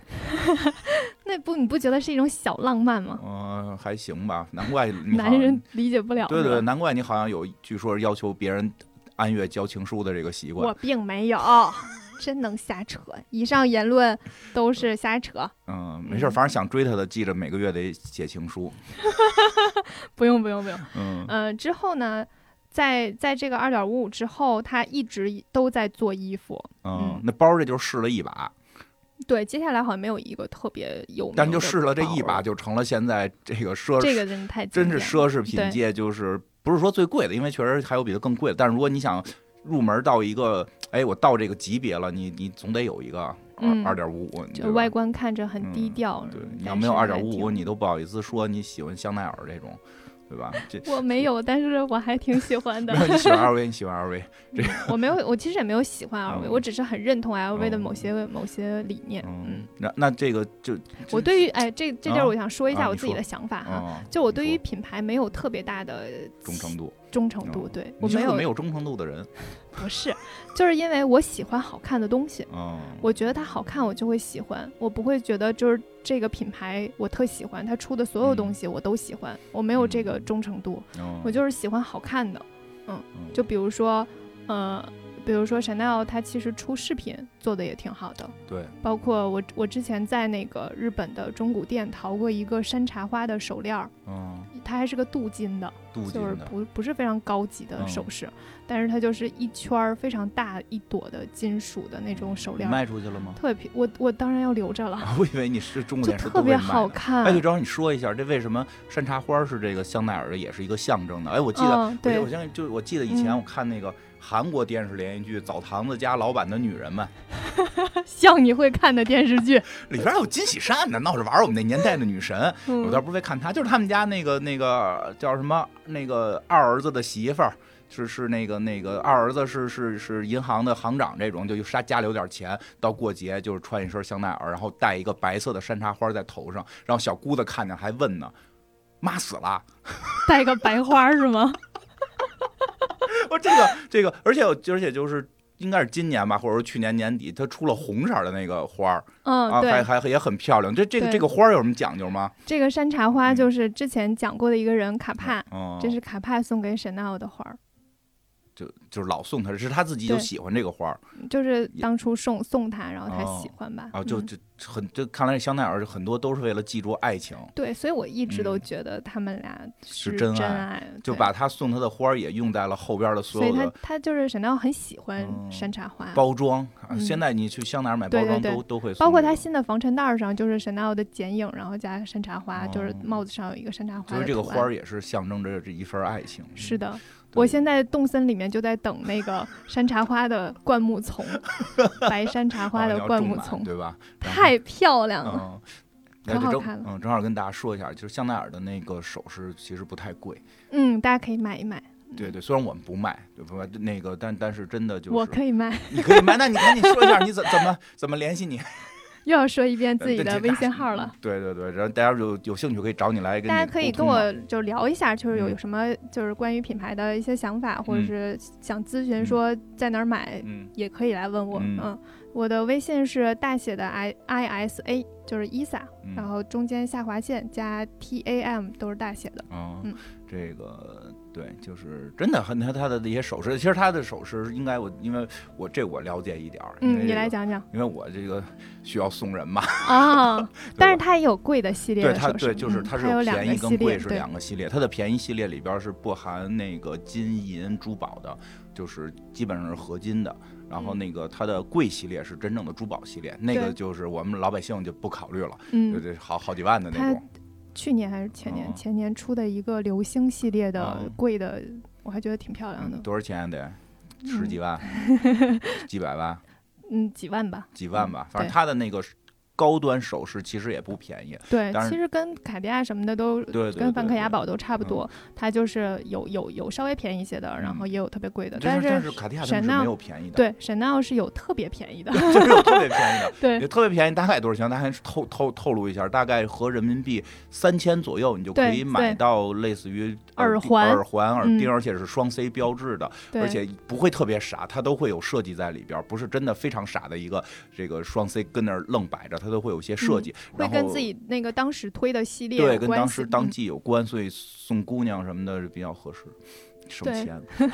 A: 那不你不觉得是一种小浪漫吗？
B: 嗯、还行吧，难怪嗯你好
A: 男
B: 像
A: 人理解不了。
B: 对
A: 是
B: 对，对
A: 吧，
B: 难怪你好像有据说要求别人按月交情书的这个习惯
A: 我。并没有， 真能瞎扯。以上言论都是瞎扯，
B: 嗯，没事儿，
A: 嗯
B: 反正想追他的，记着每个月得写情书。
A: 不用不用不用。
B: 嗯，
A: 呃，之后呢，在在这个二点五五之后，他一直都在做衣服。
B: 嗯
A: 嗯，
B: 那包这就试了一把，
A: 对，接下来好像没有一个特别有名的包，
B: 但就试了这一把，就成了现在这个奢
A: 这
B: 侈，
A: 个真的太经
B: 真
A: 典
B: 是
A: 了
B: 奢
A: 对
B: 侈品界就是不是说最贵的，因为确实还有比它更贵的。但是如果你想入门到一个，哎，我到这个级别了，你你总得有一个
A: 嗯
B: 二二点五五，你
A: 就
B: 对吧
A: 外观看着很低
B: 嗯
A: 调。
B: 对，
A: 但
B: 你要没有
A: 是
B: 二
A: 还
B: 点五五，
A: 挺
B: 你都不好意思说你喜欢香奈儿这种，对吧？这
A: 我没有，但是我还挺喜欢的
B: 没。有你喜欢 LV，你喜欢 LV，
A: 我没有，我其实也没有喜欢 LV，、
B: 嗯
A: 我只是很认同 LV 的
B: 嗯
A: 某些、某些理念。嗯
B: 嗯，，那那这个就
A: 我对于哎这这地儿，
B: 啊
A: 我想说一
B: 啊
A: 下我
B: 你
A: 自己
B: 说
A: 的想法哈、
B: 啊，
A: 就我
B: 你
A: 对
B: 说
A: 于品牌没有特别大的
B: 忠诚度，
A: 忠诚度，
B: 哦
A: 对我
B: 你是
A: 没
B: 个
A: 有
B: 没有忠诚度的人，
A: 不是，就是因为我喜欢好看的东西，
B: 嗯，
A: 我觉得它好看我就会喜欢，我不会觉得就是这个品牌我特喜欢，它出的所有东西我都喜欢，我没有这个
B: 嗯
A: 忠诚度，
B: 嗯
A: 我就是喜欢好看的，
B: 嗯
A: 就比如说，呃，比如说 Chanel 它其实出饰品做的也挺好的，
B: 对，
A: 包括我我之前在那个日本的中古店淘过一个山茶花的手链儿，
B: 嗯，
A: 它还是个镀金的，
B: 镀镀金
A: 就是
B: 的，
A: 不不是非常高级的
B: 嗯
A: 首饰，但是它就是一圈儿非常大一朵的金属的那种手
B: 你
A: 链儿，
B: 卖出去 了吗？啊
A: 特别我我当然要留着了，
B: 我以为你是中国
A: 啊就
B: 电视
A: 特
B: 都会
A: 别
B: 卖
A: 好
B: 的。
A: 看。
B: 哎，对，正好你说一下，这为什么山茶花是这个香奈儿的，也是一个象征的？哎，我记得，
A: 嗯，对
B: 我我，相信，就是我记得以前
A: 嗯
B: 我看那个韩国电视连续剧《澡堂子加老板的女人们》，
A: 像你会看的电视剧，
B: 里边还有金喜善呢，闹着玩儿我们那年代的女神。
A: 嗯
B: 我倒不是为看她，就是他们家那个那个叫什么那个二儿子的媳妇儿。是是那个那个二儿子是是是银行的行长这种，就家家里有点钱，到过节就是穿一身香奈儿，然后戴一个白色的山茶花在头上，然后小姑子看见还问呢：“妈死了
A: 带个白花儿是吗？？”
B: 我这个这个，而且我而且就是应该是今年吧，或者说去年年底，它出了红色的那个花儿啊，
A: 嗯，
B: 还
A: 对，
B: 还也很漂亮。这这个
A: 对
B: 这个花儿有什么讲究吗？
A: 这个山茶花
B: 嗯
A: 就是之前讲过的一个人卡帕，
B: 嗯，
A: 这是卡帕送给沈奈欧的花儿，
B: 就就是老送她，是她自己就
A: 对
B: 喜欢这个花儿。
A: 就是当初送送他，然后他
B: 哦
A: 喜欢吧。
B: 啊，就
A: 嗯
B: 就很这看来香奈儿很多都是为了记住爱情，
A: 对，所以我一直都
B: 嗯
A: 觉得他们俩
B: 是真
A: 真
B: 爱就
A: 对
B: 把他送她的花儿也用在了后边的所
A: 所以嗯
B: 有
A: 他
B: 的
A: 他就是沈奈欧很喜欢
B: 嗯
A: 山茶花，
B: 包装。啊
A: 嗯
B: 现在你去香奈儿买
A: 对
B: 包
A: 对
B: 装都
A: 对
B: 都会送这个，
A: 包括他新的防尘袋儿上就是沈奈欧的剪影，然后加山茶花，就是
B: 哦
A: 帽子上有一个山茶花。
B: 所以这个花儿。也是象征着这一份爱情。
A: 是
B: 嗯，
A: 的，
B: 对
A: 我现在洞森里面就在等那个山茶花的灌木 丛，白山茶花
B: 啊你
A: 的
B: 要
A: 灌
B: 种
A: 木
B: 满
A: 丛，
B: 对吧？ 然后
A: 太漂亮了。
B: 嗯。
A: 可
B: 哎这
A: 好
B: 正
A: 看了
B: 嗯，正好跟大家说一下，就是香奈儿的那个首饰其实不太贵，
A: 嗯，大家可以买一买，
B: 对对，虽然我们不卖，对不？那个，但但是真的就是，
A: 我可以卖。
B: 你可以卖，那你赶紧说一下，你怎怎么怎么联系你？
A: 又要说一遍自己
B: 对
A: 的
B: 呃这
A: 微
B: 大嗯
A: 信号了。
B: 对对对，然后大家有有兴趣可以找你来跟
A: 大家
B: 你
A: 可以跟
B: 沟通嘛
A: 我就聊一下，就是有
B: 嗯
A: 什么就是关于品牌的一些想法，或者
B: 嗯
A: 是想咨询
B: 嗯
A: 说在哪儿买，
B: 嗯
A: 也可以来问我。
B: 嗯
A: 嗯，我的微信是大写的 I I S A，就是 ISA，、
B: 嗯
A: 然后中间下划线加 T A M 都是大写的。
B: 哦
A: 嗯
B: 这个对，就是真的很他他的那些首饰，其实他的首饰应该我因为我这我了解一点儿，因为
A: 嗯，你
B: 这
A: 来
B: 个，
A: 讲 讲
B: 因为我这个需要送人 嘛，
A: 啊、
B: 对
A: 但是
B: 吧
A: 它也有贵的系列
B: 对
A: 的
B: 它
A: 首饰，
B: 对就是
A: 嗯
B: 它是
A: 有两
B: 便
A: 个
B: 宜
A: 系
B: 跟
A: 列，
B: 贵是
A: 对，
B: 两个系列，它的便宜系列里边儿是不含那个金银珠宝的，就是基本上是合金的。然后
A: 嗯
B: 那个它的贵系列是真正的珠宝系列，那个
A: 对
B: 就是我们老百姓就不考虑了，就
A: 嗯。
B: 得好好几万的那
A: 它
B: 种。
A: 去年还是前年，
B: 哦
A: 前年出的一个流星系列的
B: 哦
A: 贵的，我还觉得挺漂亮的
B: 嗯，多少钱得？十几万、几百万、
A: 嗯，几万吧。
B: 几万吧，反
A: 嗯
B: 正
A: 对
B: 它的那个高端首饰其实也不便宜。
A: 对
B: 当，然
A: 其实跟卡地亚什么的都
B: 对对对，
A: 跟梵克雅
B: 对。
A: 宝都差不多，它就是有有有稍微便宜一些的，然后
B: 嗯
A: 也有特别贵的，
B: 但
A: 但
B: 是但
A: 是
B: 是卡地亚他们
A: 沈
B: 是
A: 娜
B: 没有便宜的，
A: 对 Chanel 是有特别便宜的，
B: 对，就是有特别便 宜的，
A: 对
B: 也特别便宜，大概多少钱？大概透透透露一下，大概合人民币三千左右，你就可
A: 对
B: 以买
A: 对
B: 到类似于
A: 耳
B: 钉
A: 环
B: 耳环、耳钉，
A: 嗯
B: 而且是双 C 标志的，
A: 对，
B: 而且不会特别傻，它都会有设计在里边儿，不是真的非常傻的一个这个双 C 跟那儿愣摆着，它都会有一些设计，
A: 嗯会
B: 然后
A: 跟自己那个当时推的系列
B: 对
A: 有
B: 跟
A: 关
B: 当
A: 系
B: 时当
A: 嗯
B: 季有关，所以送姑娘什么的比较合适。省
A: 对
B: 钱，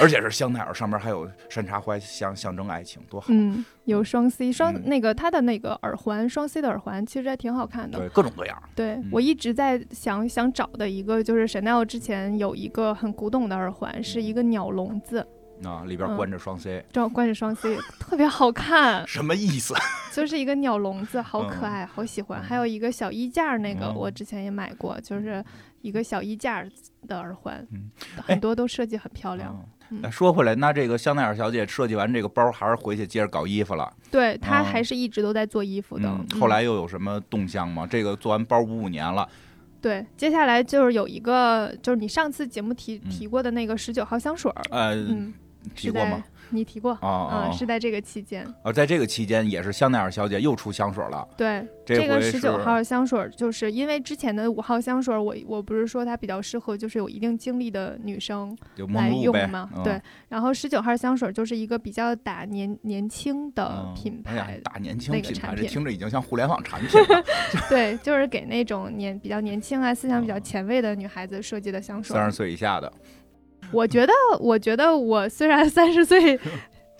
B: 而且是香奈儿，上面还有山茶花象象征爱情，多好！
A: 嗯，有双 C 双、
B: 嗯
A: 那个它的那个耳环，双 C 的耳环其实还挺好看的。
B: 对，各种各样儿。
A: 对、
B: 嗯
A: 我一直在想想找的一个就是 Chanel 之前有一个很古董的耳环，是
B: 嗯
A: 一个鸟笼子，
B: 啊，里边
A: 嗯
B: 关着双 C，、
A: 这样关着双 C 特别好看。
B: 什么意思？
A: 就是一个鸟笼子，好可爱，好喜欢。
B: 嗯
A: 还有一个小衣架儿，那个
B: 嗯
A: 我之前也买过，就是一个小衣架儿的耳环
B: 嗯，
A: 很多都设计很漂亮。
B: 嗯那说回来，那这个香奈儿小姐设计完这个包，还是回去接着搞衣服了。
A: 对，她
B: 哦
A: 还是一直都在做衣服的。
B: 嗯，
A: 嗯
B: 后来又有什么动向吗？这个做完包五五年了，
A: 嗯对，接下来就是有一个，就是你上次节目提
B: 嗯
A: 提过的那个十九号香水儿，
B: 呃，
A: 嗯，
B: 提
A: 是
B: 过
A: 在
B: 吗？
A: 你提过。
B: 啊啊
A: 嗯，！是在这个期间，
B: 而在这个期间，也是香奈儿小姐又出香水了。
A: 对
B: 这
A: 这个
B: 回
A: 十九
B: 是
A: 号香水儿，就是因为之前的五号香水儿，我我不是说它比较适合就是有一定经历的女生，
B: 就
A: 来
B: 梦露
A: 用
B: 呗
A: 嘛，。
B: 嗯
A: 对，然后十九号香水就是一个比较打年年轻的
B: 嗯
A: 呃品
B: 哎呀
A: 牌，
B: 大年轻
A: 那个
B: 品牌，
A: 产
B: 这
A: 品
B: 听着已经像互联网产 品了。
A: 对，就是给那种年比较年轻啊、思想比较
B: 嗯
A: 前卫的女孩子设计的香水
B: 三。十岁以下的，
A: 我觉得，我觉得我虽然 三十岁
B: 啊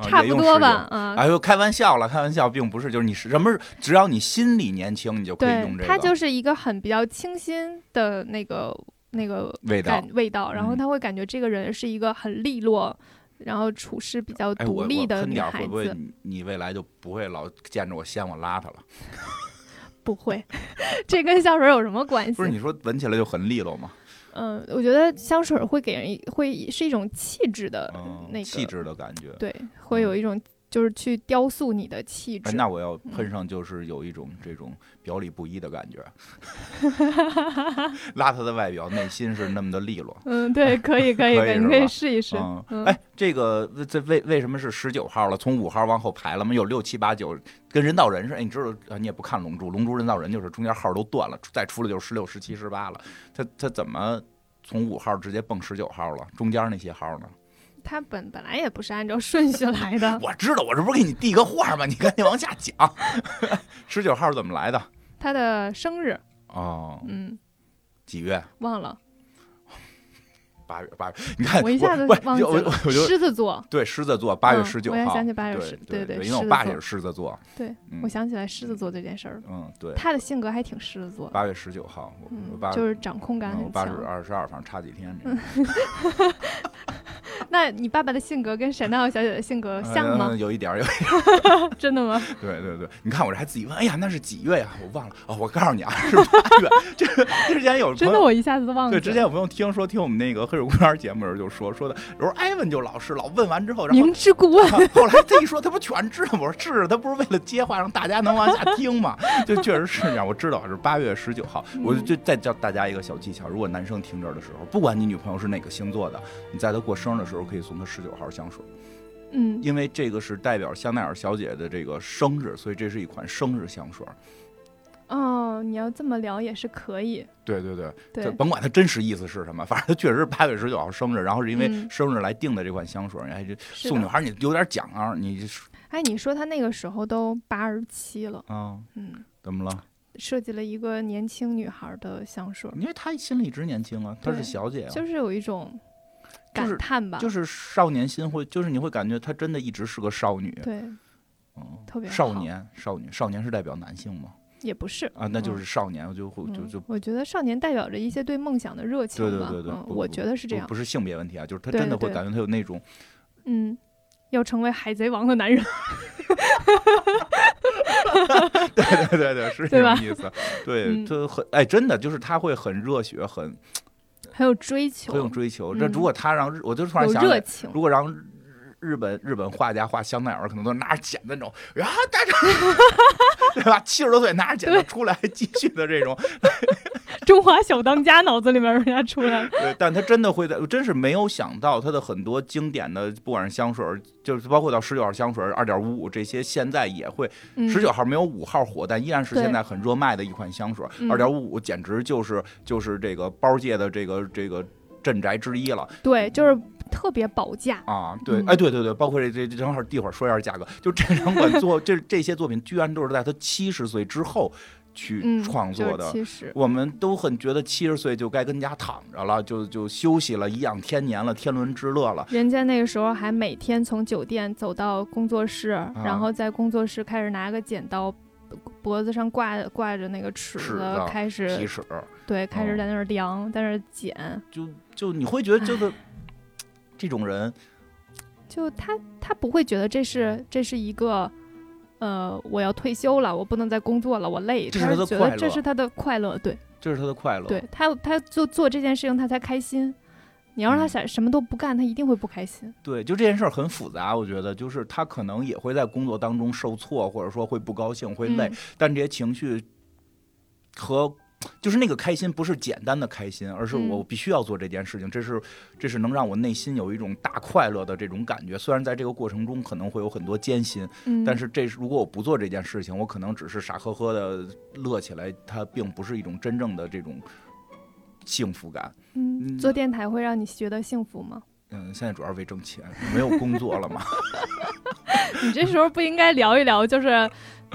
A: 差不多。吧，
B: 也用十九
A: 啊。
B: 哎呦，开玩笑了，开玩笑，并不是，就是你是什么，只要你心里年轻，你就可以
A: 对
B: 用，这个。
A: 它就是一个很比较清新的那个那个
B: 味道
A: 感味道，然后
B: 嗯
A: 他会感觉这个人是一个很利落，然后处事比较
B: 哎，
A: 独
B: 我
A: 立
B: 我
A: 的
B: 喷
A: 女
B: 点儿
A: 孩
B: 会
A: 子，
B: 不会你你未来就不会老见着我嫌我邋遢了？
A: 不会 这跟香水有什么关系
B: 不是，？你说闻起来就很利落吗？
A: 嗯，我觉得香水会给人一会是一种气质的
B: 嗯，
A: 呃那个
B: 气质的感觉。
A: 对，会有一种就是去雕塑你的气
B: 哎，
A: 质。
B: 那我要喷上就是有一种这种表里不一的感觉，邋遢的外表，内心是那么的利落。
A: 嗯，对，可以，可以，
B: 可以
A: 可以，
B: 是
A: 你可以
B: 吧
A: 试一试。
B: 嗯，
A: 嗯
B: 哎，这个这为为什么是十九号了？从五号往后排了吗？有六七八九，跟人造人似的。哎，你知道啊你也不看龙珠，龙珠人造人就是中间号都断了，再出来就是十六、十七、十八了。他他怎么从五号直接蹦十九号了？中间那些号呢？，
A: 它本本来也不是按照顺序来的
B: 我知道，我这不是给你递个话吗？你赶紧往下讲。十九号怎么来的？
A: 它的生日，
B: 哦，
A: 嗯，
B: 几月？
A: 忘了，
B: 八月，八月。你看，
A: 我一下子
B: 不是
A: 忘记
B: 就哎 我
A: 了。
B: 我就
A: 狮子座，
B: 对狮子座，八月
A: 嗯
B: 十九
A: 我也
B: 号。
A: 想起8月10
B: 对
A: 对对
B: 因为我
A: 狮子
B: 爸也
A: 座
B: 是狮子座。
A: 对
B: 嗯
A: 我想起来狮子座这件事儿了。
B: 嗯，对。
A: 他的性格还挺狮子座的，
B: 八月十九号，我我
A: 嗯
B: 八，
A: 就是掌控感
B: 嗯我
A: 很
B: 八月
A: 强。嗯
B: 二十二，反正差几天这个。
A: 那你爸爸的性格跟闪亮小姐的性格像吗
B: 嗯？有一点儿，有一
A: 真的吗？
B: 对对对，你看我这还自己问，哎呀，那是几月呀？我忘了哦，我告诉你啊， 是八月。这个之前有
A: 真
B: 朋
A: 的，
B: 友。
A: 我一下子都忘
B: 对，
A: 记
B: 之
A: 了。
B: 前有朋友听说听我们那个《黑水公园》节目的时候就说说的，有时候艾文就老是老问完之后，然后
A: 明知故问，
B: 啊后来他一说，他不全知道吗？我说是，他不是为了接话让大家能往下听吗？就确实是这样，我知道是八月十九号，我就就再教大家一个小技巧，如果男生听这儿的时候，不管你女朋友是哪个星座的，你在她过生日的时候可以送她十九号香水，
A: 嗯，
B: 因为这个是代表香奈儿小姐的这个生日，所以这是一款生日香水。
A: 哦，你要这么聊也是可以，
B: 对对对，
A: 对
B: 就，甭管它真实意思是什么，反正它确实是八月十九号生日，然后是因为
A: 嗯
B: 生日来定的这款香水。哎，这
A: 是
B: 送女
A: 的。
B: 孩你有点讲啊，你
A: 哎，你说他那个时候都八十七了，
B: 啊
A: 嗯，
B: 怎么了？
A: 设计了一个年轻女孩的香水儿，
B: 因为她心里一直年轻啊，她是
A: 对
B: 小姐啊，
A: 就是有一种
B: 就是
A: 感叹吧，
B: 就是少年心会，就是你会感觉她真的一直是个少女，
A: 对，
B: 嗯，
A: 特别好
B: 少年少女少年是代表男性吗？
A: 也不是，
B: 啊，那就是少年，我就会就
A: 嗯
B: 就。
A: 我觉得少年代表着一些对梦想的热情
B: 对对
A: 吧，
B: 对对
A: 嗯，
B: 不
A: 我
B: 不
A: 觉得是这
B: 不
A: 样
B: 不，是性别问题啊，就是她
A: 对
B: 真的
A: 对
B: 会
A: 对
B: 感觉她有 那种，
A: 嗯，要成为海贼王的男人，
B: 对对对对，是这
A: 对吧
B: 种意思。对，
A: 嗯
B: 她很哎，真的就是她会很热血，很
A: 很有追求，
B: 很有追求。这
A: 嗯
B: 如果她让日，我就突然
A: 有
B: 想起来
A: 热，情，
B: 如果让日日本日本画家画香奈儿，可能都拿着剪子那种，啊，大家 对吧？七十多岁拿着剪子
A: 对
B: 出来，还继续的这种，
A: 中华小当家脑子里面人家出来了，
B: 对，但他真的会在，我真是没有想到他的很多经典的，不管是香水儿，就是包括到十九号香水二点五五这些，现在也会。
A: 嗯
B: 十九号没有五号火，但依然是
A: 对
B: 现在很热卖的一款香水
A: 嗯。
B: 二点五五简直就是就是这个包界的这个这个镇宅之一了。
A: 嗯对，就是特别保价，
B: 啊，对，
A: 嗯
B: 哎，对对对，包括这这这正好一会儿说一下价格，就这两款作这这些作品，居然都是在他七十岁之后去
A: 嗯，
B: 创作的。
A: 其实
B: 我们都很觉得七十岁就该跟家躺着了，就就休息了，颐养天年了，天伦之乐了。
A: 人家那个时候还每天从酒店走到工作室，
B: 啊
A: 然后在工作室开始拿个剪刀，脖子上挂挂着那个尺
B: 尺
A: 子，
B: 子
A: 开
B: 其
A: 始
B: 实，
A: 对，开
B: 哦
A: 始在那儿量，在那儿剪，
B: 就就你会觉得就是这种人，
A: 就他他不会觉得这是这是一个。呃，我要退休了，我不能再工作了，我累。
B: 这是他
A: 他
B: 的
A: 觉
B: 快
A: 得这
B: 乐哦
A: 是他的快乐，对
B: 这是他的快乐。
A: 对，他他就做这件事情他才开心。你要让他
B: 嗯
A: 想什么都不干，他一定会不开心。
B: 对，就这件事儿很复杂，我觉得就是他可能也会在工作当中受挫，或者说会不高兴，会累，
A: 嗯
B: 但这些情绪和就是那个开心，不是简单的开心，而是
A: 嗯
B: 我必须要做这件事情，这是这是能让我内心有一种大快乐的这种感觉。虽然在这个过程中可能会有很多艰辛，
A: 嗯，
B: 但是这是如果我不做这件事情，我可能只是傻呵呵的乐起来，它并不是一种真正的这种幸福感。嗯
A: 嗯，做电台会让你觉得幸福吗？
B: 嗯，现在主要是为挣钱，没有工作了嘛。
A: 你这时候不应该聊一聊，就是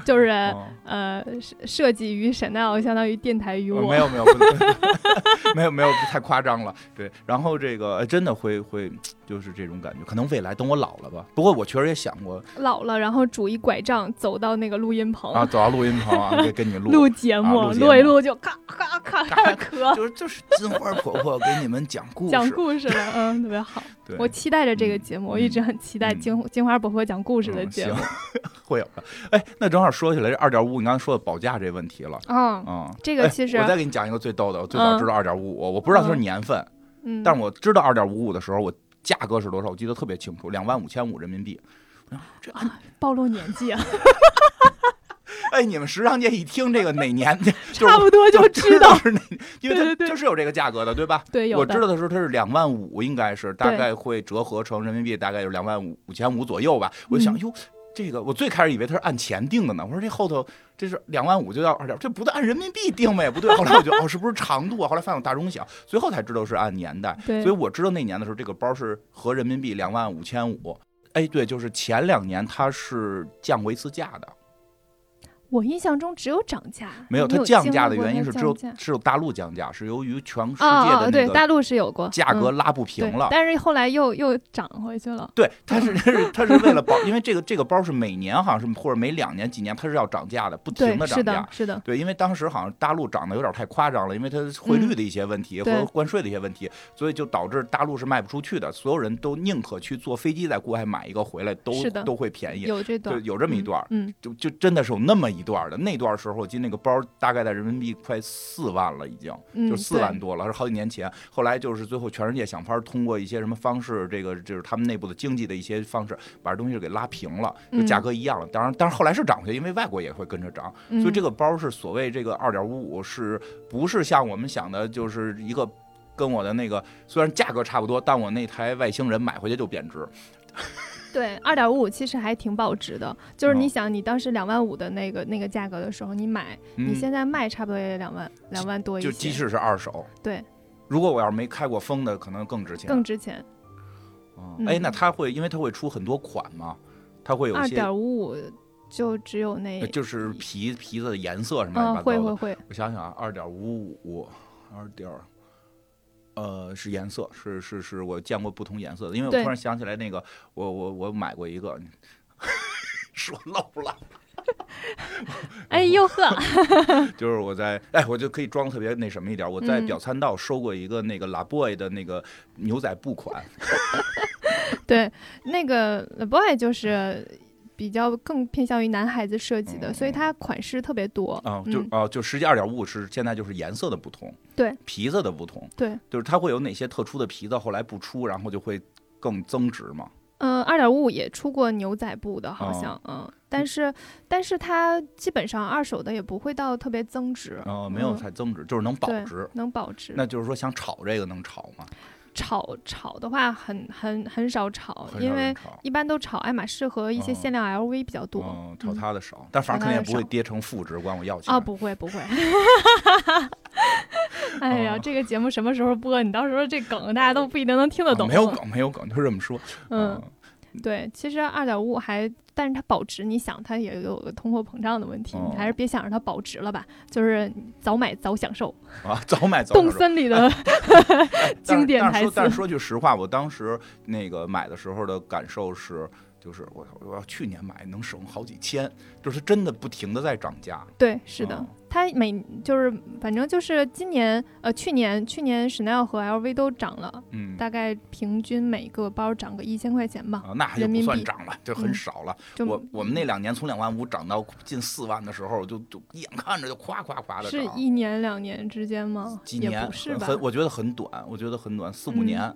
A: 就是
B: 哦
A: 呃设设计于沈奈奥，相当于电台于
B: 呃
A: 我
B: 没。有没有不能 没有没有太夸张了，对。然后这个哎真的会会就是这种感觉，可能未来等我老了吧。不过我确实也想过
A: 老了，然后拄一拐杖走到那个录音棚、
B: 啊，走到录音 棚啊，给给你录
A: 哦录节目，
B: 啊录节目
A: 一录就咔咔咔开始咳，
B: 就是就是金花婆婆给你们讲故事，
A: 讲故事了，嗯，特别好。
B: 对，
A: 我期待着这个节目，
B: 嗯
A: 我一直很期待
B: 嗯
A: 金、金花婆婆讲故事的节目
B: 嗯。行会有的。哎，那正好说起来这二点五，你刚才说的保价这问题了。
A: 嗯
B: 嗯，
A: 这个
B: 哎
A: 其实
B: 我再给你讲一个最逗的，我最早
A: 嗯
B: 知道二点五五，我不知道它是
A: 嗯
B: 年份，
A: 嗯，
B: 但是我知道二点五五的时候，我价格是多少，我记得特别清楚，两万五千五人民币。
A: 暴露年纪啊，
B: 哎，你们时尚界一听这个哪年， 就
A: 差不多就知
B: 知
A: 道
B: 道。是哪，因为
A: 对对
B: 它
A: 对
B: 就是有这个价格的，对吧？
A: 对，有
B: 我
A: 的
B: 知道的时候它是两万五，应该是大
A: 对
B: 概会折合成人民币大概有两万五五千五左右吧。我就想
A: 嗯
B: 哟。这个我最开始以为它是按钱定的呢，我说这后头这是两万五就要二点，这不对，按人民币定呗，不对。后来我就哦，是不是长度啊？后来发现我大中小，最后才知道是按年代。
A: 对
B: 所以我知道那年的时候，这个包是合人民币两万五千五。哎，对，就是前两年它是降过一次价的，
A: 我印象中只有涨价，
B: 没有，
A: 它
B: 它降价的原因是只
A: 只
B: 有
A: 有
B: 只有大陆降价，是由于全世界
A: 啊
B: 的
A: 啊，对，
B: 那个
A: 大陆是有过
B: 价格
A: 嗯
B: 拉不平
A: 对
B: 了。
A: 但是后来又又涨回去了。
B: 对，它是它
A: 嗯
B: 是 它是为了保，因为这个这个包是每年好像是或者每两年几年它是要涨价的，不停
A: 对，
B: 的
A: 是
B: 涨
A: 的
B: 价，。
A: 是的，
B: 对，因为当时好像大陆涨得有点太夸张了，因为它汇率的一些问题
A: 嗯对
B: 和关税的一些问题，所以就导致大陆是卖不出去的，所有人都宁可去坐飞机在国外买一个回来，都
A: 是的
B: 都会便宜。
A: 有这
B: 就
A: 段，
B: 有这么一段儿，
A: 嗯，
B: 就就真的是有那么一段儿的。那段儿时候，我记得那个包大概在人民币快四万了，已经。
A: 嗯，
B: 就四万
A: 对
B: 多了，是好几年前。后来就是最后全世界想法儿通过一些什么方式，这个就是他们内部的经济的一些方式，把这东西给拉平了，就价
A: 嗯
B: 格一样了。当然，但是后来是涨回去，因为外国也会跟着涨，所
A: 嗯
B: 以这个包是所谓这个二点五五，是不是像我们想的，就是一个跟我的那个虽然价格差不多，但我那台外星人买回去就贬值。
A: 嗯对，二点五五其实还挺保值的。就是
B: 嗯
A: 你想，你当时两万五的那个那个价格的时候，你买，你
B: 嗯，
A: 现在卖差不多也两万两万多一
B: 就
A: 些，
B: 即使是二手，
A: 对，
B: 如果我要是没开过封的，可能更值钱。
A: 更值钱。
B: 嗯
A: 嗯
B: 哎，那它会因为它会出很多款嘛，它会有
A: 二
B: 一些
A: 点五五就只有那
B: 呃，就是皮皮子的颜色什
A: 嗯，
B: 么乱七八
A: 哎会
B: 糟
A: 会
B: 的。
A: 会，
B: 我想想啊，二点五五，二点，呃，是颜色，是是是我见过不同颜色的，因为我
A: 对
B: 突然想起来那个，我我我买过一个， 说漏了，
A: 哎呦呵，
B: 就是我在哎，我就可以装特别那什么一点，我在
A: 嗯
B: 表参道收过一个那个 La Boy 的那个牛仔布款，
A: 对，那个 The Boy 就是比较更偏向于男孩子设计的，
B: 嗯
A: 所以它款式特别多。
B: 啊、就
A: 嗯
B: 啊、就实际二点五是现在就是颜色的不同，
A: 对，
B: 皮子的不同，
A: 对，
B: 就是它会有哪些特殊的皮子，后来不出，然后就会更增值嘛。
A: 嗯，二点五也出过牛仔布的，好像、
B: 哦
A: 嗯，但是但是它基本上二手的也不会到特别增值，
B: 哦，没有
A: 嗯
B: 太增值，就是能保
A: 对
B: 值。
A: 能保值。
B: 那就是说，想炒这个能炒吗？
A: 炒炒的话很很很少炒，
B: 很少
A: 因
B: 人
A: 为
B: 炒，
A: 一般都炒爱马仕和一些
B: 哦
A: 限量 LV 比较多。
B: 嗯，炒
A: 嗯
B: 它的少，但反正
A: 炒
B: 肯
A: 它
B: 定也
A: 的
B: 不会
A: 少
B: 跌成负值，管我要钱
A: 啊，。不会 不会。哎呀，
B: 哦
A: 这个节目什么时候播？你到时候这梗大家都不一定能听得
B: 啊
A: 懂。
B: 没有梗，啊没有梗，就这么说。
A: 嗯，，对，其实二点五还，但是它保值，你想它也有个通货膨胀的问题，
B: 哦
A: 你还是别想着它保值了吧。就是早买早享受，
B: 啊，早买早
A: 动
B: 享受。
A: 森里 的
B: 但
A: 经
B: 是
A: 典
B: 但是
A: 台
B: 说
A: 词
B: 但是说句实话，我当时那个买的时候的感受是，就是我我要去年买能省好几千，就是真的不停的在涨价。
A: 对，是的
B: 哦，
A: 它每就是反正就是今年呃去年去年 Chanel 和 LV 都涨了，
B: 嗯，
A: 大概平均每个包涨个一千块钱吧，
B: 啊，那就
A: 人
B: 不
A: 民
B: 算
A: 币
B: 涨了，就很
A: 嗯
B: 少了。
A: 就
B: 我我们那两年从两万五涨到近四万的时候，就就眼看着就夸夸夸的
A: 是
B: 涨。
A: 一年两年之间吗？
B: 几年
A: 也不是
B: 很
A: 吧？
B: 很我觉得很短，我觉得很短，四五
A: 嗯
B: 年，
A: 嗯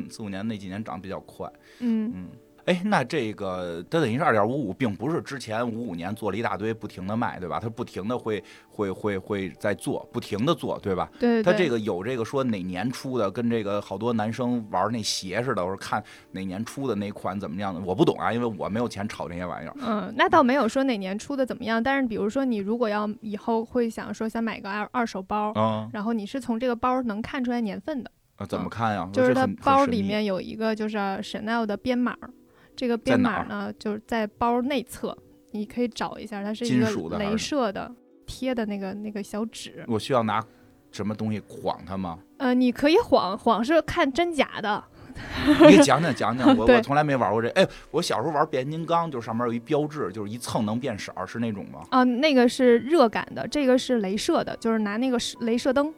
B: 嗯，四五年那几年涨得比较快，
A: 嗯，
B: 嗯。哎，那这个它等于是二点五五，并不是之前五五年做了一大堆，不停的卖，对吧？它不停的会会会会在做，不停的做，对吧？
A: 对对对。
B: 它这个有这个说哪年出的，跟这个好多男生玩那鞋似的，我说看哪年出的那款怎么样的，我不懂啊，因为我没有钱炒这些玩意儿。
A: 嗯，那倒没有说哪年出的怎么样，但是比如说你如果要以后会想说想买个二二手包，
B: 嗯，
A: 然后你是从这个包能看出来年份的，
B: 啊怎么看呀？
A: 就是
B: 这
A: 它
B: 很很
A: 包
B: 神
A: 里
B: 秘
A: 面有一个就是 Chanel 的编码儿，这个
B: 在
A: 编
B: 哪
A: 码
B: 儿
A: 儿呢就是在包内侧，你可以找一下，它是一
B: 金
A: 个
B: 属的还
A: 镭
B: 是
A: 射的贴的那个那个小纸。
B: 我需要拿什么东西晃它吗？
A: 呃，你可以晃晃是看真假的，
B: 你给讲讲讲讲，我我
A: 对
B: 从来没玩过这。哎，我小时候玩变形金刚，就是上面有一标志，就是一蹭能变色儿，是那种吗？
A: 啊，那个是热感的，这个是镭射的，就是拿那个是镭射灯，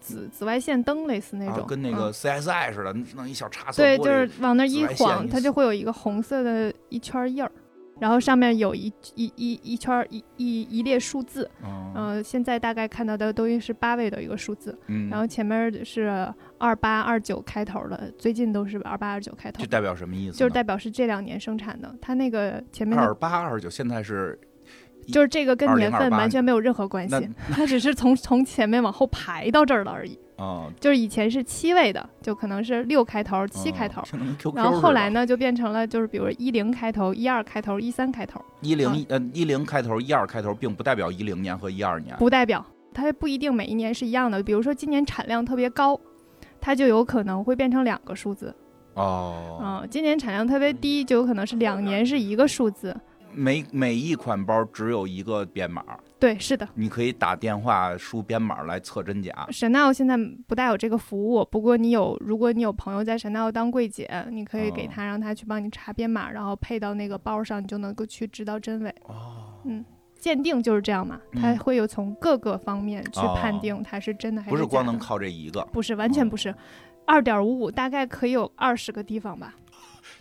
A: 紫紫外线灯类似那
B: 啊
A: 种，，
B: 跟那
A: 嗯
B: 个 CSI 似的，弄一小叉色
A: 对，
B: 玻璃
A: 就是往那儿
B: 紫
A: 一
B: 外线
A: 晃，
B: 一
A: 它就会有一个红色的一圈印儿，然后上面有一一一一圈儿一一一列数字，
B: 嗯
A: 呃，现在大概看到的都是八位的一个数字，
B: 嗯，
A: 然后前面是二八二九开头的，最近都是二八二九开头
B: 这，代表什么意思呢？
A: 就是代表是这两年生产的，它那个前面的
B: 二八二九，现在是
A: 就是这个跟年份
B: 2028
A: 完全没有任何关
B: 那
A: 系， 它只是从从前面往后排到这儿了而已。
B: 啊，
A: 就是以前是七位的，就可能是六开头、七开头，
B: 这能 QQ
A: 哦然后后来
B: 呢？
A: 呢就变成了就是比如一零开头、一二开头、一三开头，
B: 一
A: 嗯
B: 零呃一零开头，一二开头，并不代表一零年和一二年。
A: 不代表它不一定每一年是一样的。比如说今年产量特别高，它就有可能会变成两个数字。
B: 哦，
A: 嗯、今年产量特别低，就有可能是两年是一个数字。
B: 每每一款包只有一个编码，
A: 对，是的。
B: 你可以打电话输编码来测真假。
A: 神道现在不带有这个服务，不过你有，如果你有朋友在神道当柜姐，你可以给
B: 哦
A: 他，让他去帮你查编码，然后配到那个包上，你就能够去知道真伪。
B: 哦，
A: 鉴定就是这样嘛，他
B: 嗯
A: 会有从各个方面去
B: 哦
A: 判定它是真的还
B: 不是
A: 是假
B: 光能哦
A: 的，
B: 靠这一个，
A: 不是完全不是。二点五五大概可以有二十个地方吧，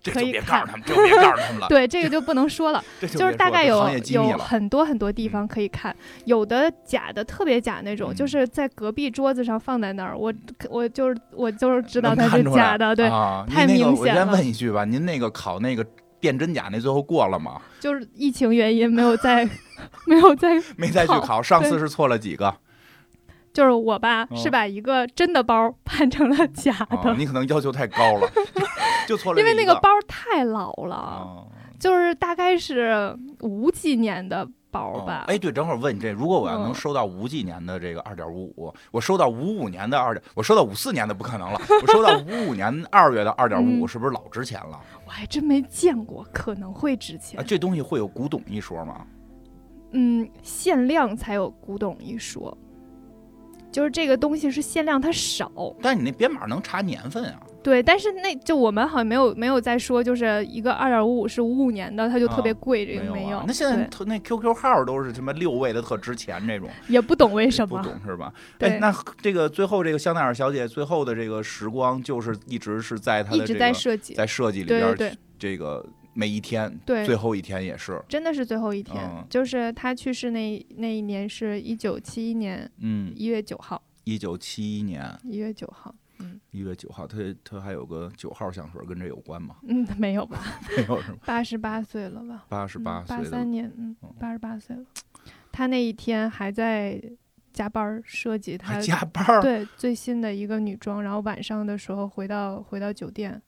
B: 这就
A: 可以
B: 别告
A: 看
B: 诉他们，这就别告诉他们了。
A: 对这个就不能说了，
B: 这就
A: 就
B: 别
A: 是大
B: 说了
A: 概
B: 这
A: 有
B: 行业机密
A: 有
B: 了。
A: 很多很多地方可以看，有的假的特别假那种，
B: 嗯
A: 就是在隔壁桌子上放在那儿，我我就是我就是 知道
B: 能
A: 它
B: 看
A: 是
B: 出来
A: 假的，对，
B: 啊，
A: 太
B: 您那个
A: 明显
B: 我先
A: 了
B: 问一句吧，您那个考那个辨真假那最后过了吗？
A: 就是疫情原因没有在没有在，
B: 没再去
A: 考
B: 考，上次
A: 哦对
B: 是错 了几个？
A: 就是我吧，
B: 哦
A: 是把一个真的 包判成了假的，
B: 哦，你可能要求太高了， 就错了
A: 哎因为
B: 这
A: 那
B: 一
A: 个
B: 个
A: 包太老了，
B: 哦
A: 就是大概是五几年的包
B: 哦
A: 吧。
B: 哎，对，正好问你这，如果我要能
A: 嗯
B: 收到五几年的这个二点五五，我收到五五年的二点，我收到五四年的不可能了，我收到五五年二月的二点五五，
A: 嗯
B: 是不是老值钱了？啊
A: 我还真没见过，可能会值钱。
B: 啊，这东西会有古董一说吗？
A: 嗯，限量才有古董一说，就是这个东西是限量，它少。
B: 但是你那编码能查年份啊？
A: 对，但是那就我们好像没有没有在说，就是一个二点五五是五五年的，它就特别贵，这个
B: 没
A: 没
B: 啊。那现在特那 QQ 号都是什么六位的特值钱这种，
A: 对也不懂为什
B: 不
A: 么。
B: 懂是吧？ 哎
A: 对，，
B: 那这个最后这个香奈儿小姐最后的这个时光，就是一直是在她
A: 一
B: 的
A: 直
B: 这个
A: 在设计，
B: 在设计里
A: 对
B: 边
A: 对
B: 儿
A: 对，
B: 这个每一天，
A: 对
B: 最后一天也是，
A: 真的是最后一天，
B: 嗯
A: 就是他去世那那一年是一九七一年
B: 嗯，
A: 一月九号，
B: 一九七一年
A: 一月九号，
B: 一月九号，它它还有个九号香水儿跟这有关吗？
A: 嗯，没有吧？
B: 没有什么，
A: 八十八岁了吧？
B: 八十八岁
A: 八
B: 的
A: 三年，嗯
B: 嗯，
A: 八十八岁了。他那一天还在加班儿设计他
B: 还加班儿，
A: 对最新的一个女装，然后晚上的时候回到回到酒店，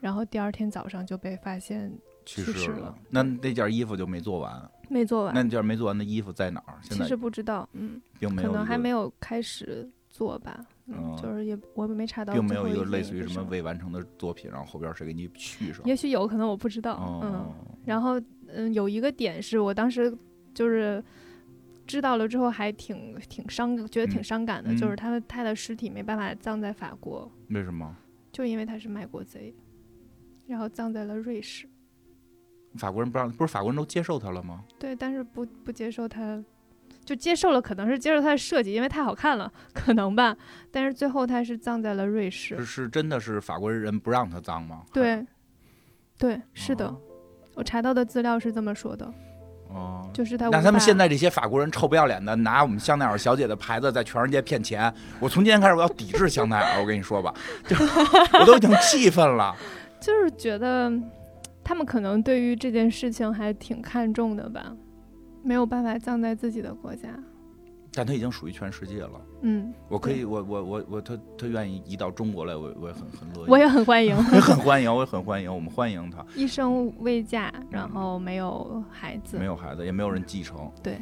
A: 然后第二天早上就被发现
B: 去
A: 去
B: 世
A: 世
B: 了
A: 了。
B: 那那件衣服就没做完，
A: 没做
B: 那
A: 完，
B: 那件没做完的衣服在哪儿？现
A: 其
B: 在
A: 实不知道，嗯，
B: 并没
A: 可
B: 有一
A: 能还
B: 个
A: 没有开始做吧，嗯，
B: 嗯
A: 就是也我没查到，
B: 并没有一个类似于什么，未完成的作品，然后后边儿谁给你续上？
A: 也许有可能我不知道，嗯。
B: 哦，
A: 然后，嗯，有一个点是我当时就是知道了之后，还挺挺伤，觉得
B: 嗯
A: 挺伤感的，就
B: 嗯
A: 是他的他的尸体没办法葬在法国，
B: 为什么
A: 就因为他是卖国贼，然后葬在了瑞士。
B: 法国人不让？不是法国人都接受他了吗？
A: 对，但是不不接受他，就接受了，可能是接受他的设计，因为太好看了，可能吧。但是最后他是葬在了瑞士
B: 是。是真的是法国人不让他脏吗？还，
A: 对，对，是的，
B: 哦
A: 我查到的资料是这么说的，
B: 哦，
A: 就是他无
B: 那他们
A: 法
B: 现在这些法国人臭不要脸的，拿我们香奈儿小姐的牌子在全世界骗钱。我从今天开始我要抵制香奈儿，我跟你说吧，就我都已经气愤了。
A: 就是觉得嗯他们可能对于这件事情还挺看重的吧，没有办法葬在自己的国家。
B: 但他已经属于全世界了，
A: 嗯，
B: 我可以，我我我我，他他愿意移到中国来，我我也很很乐 意，
A: 我也很 欢迎
B: 也很欢迎，我也很欢迎，我们欢迎他。
A: 一
B: 嗯
A: 生未嫁，然后没有孩子
B: 没。有孩子，也没有人继承，
A: 对，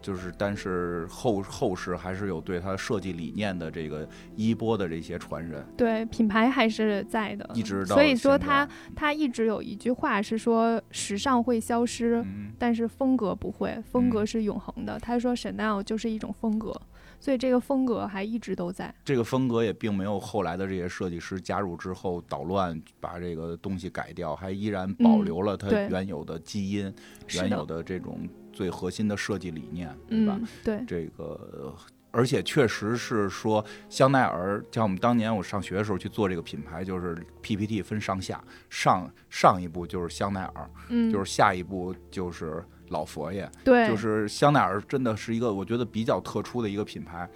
B: 就是但是后后世还是有对它设计理念的这个衣钵的这些传人，
A: 对，品牌还是在的，
B: 一直到
A: 所以说
B: 现在
A: 他他一直有一句话是说，时尚会消失，
B: 嗯
A: 但是风格不会，
B: 嗯
A: 风格是永恒的。他说 Chanel 就是一种风格，所以这个风格还一直都在。
B: 这个风格也并没有后来的这些设计师加入之后捣乱，把这个东西改掉，还依然保
A: 嗯
B: 留了它
A: 对
B: 原有的基因、
A: 嗯是
B: 原有
A: 的，
B: 的这种最核心的设计理念，对吧？
A: 嗯，对，
B: 这个。而且确实是说，香奈儿像我们当年我上学的时候去做这个品牌，就是 PPT 分上下，上上一步就是香奈儿，
A: 嗯，
B: 就是下一步就是老佛爷，
A: 对，
B: 就是香奈儿真的是一个我觉得比较特殊的一个品牌。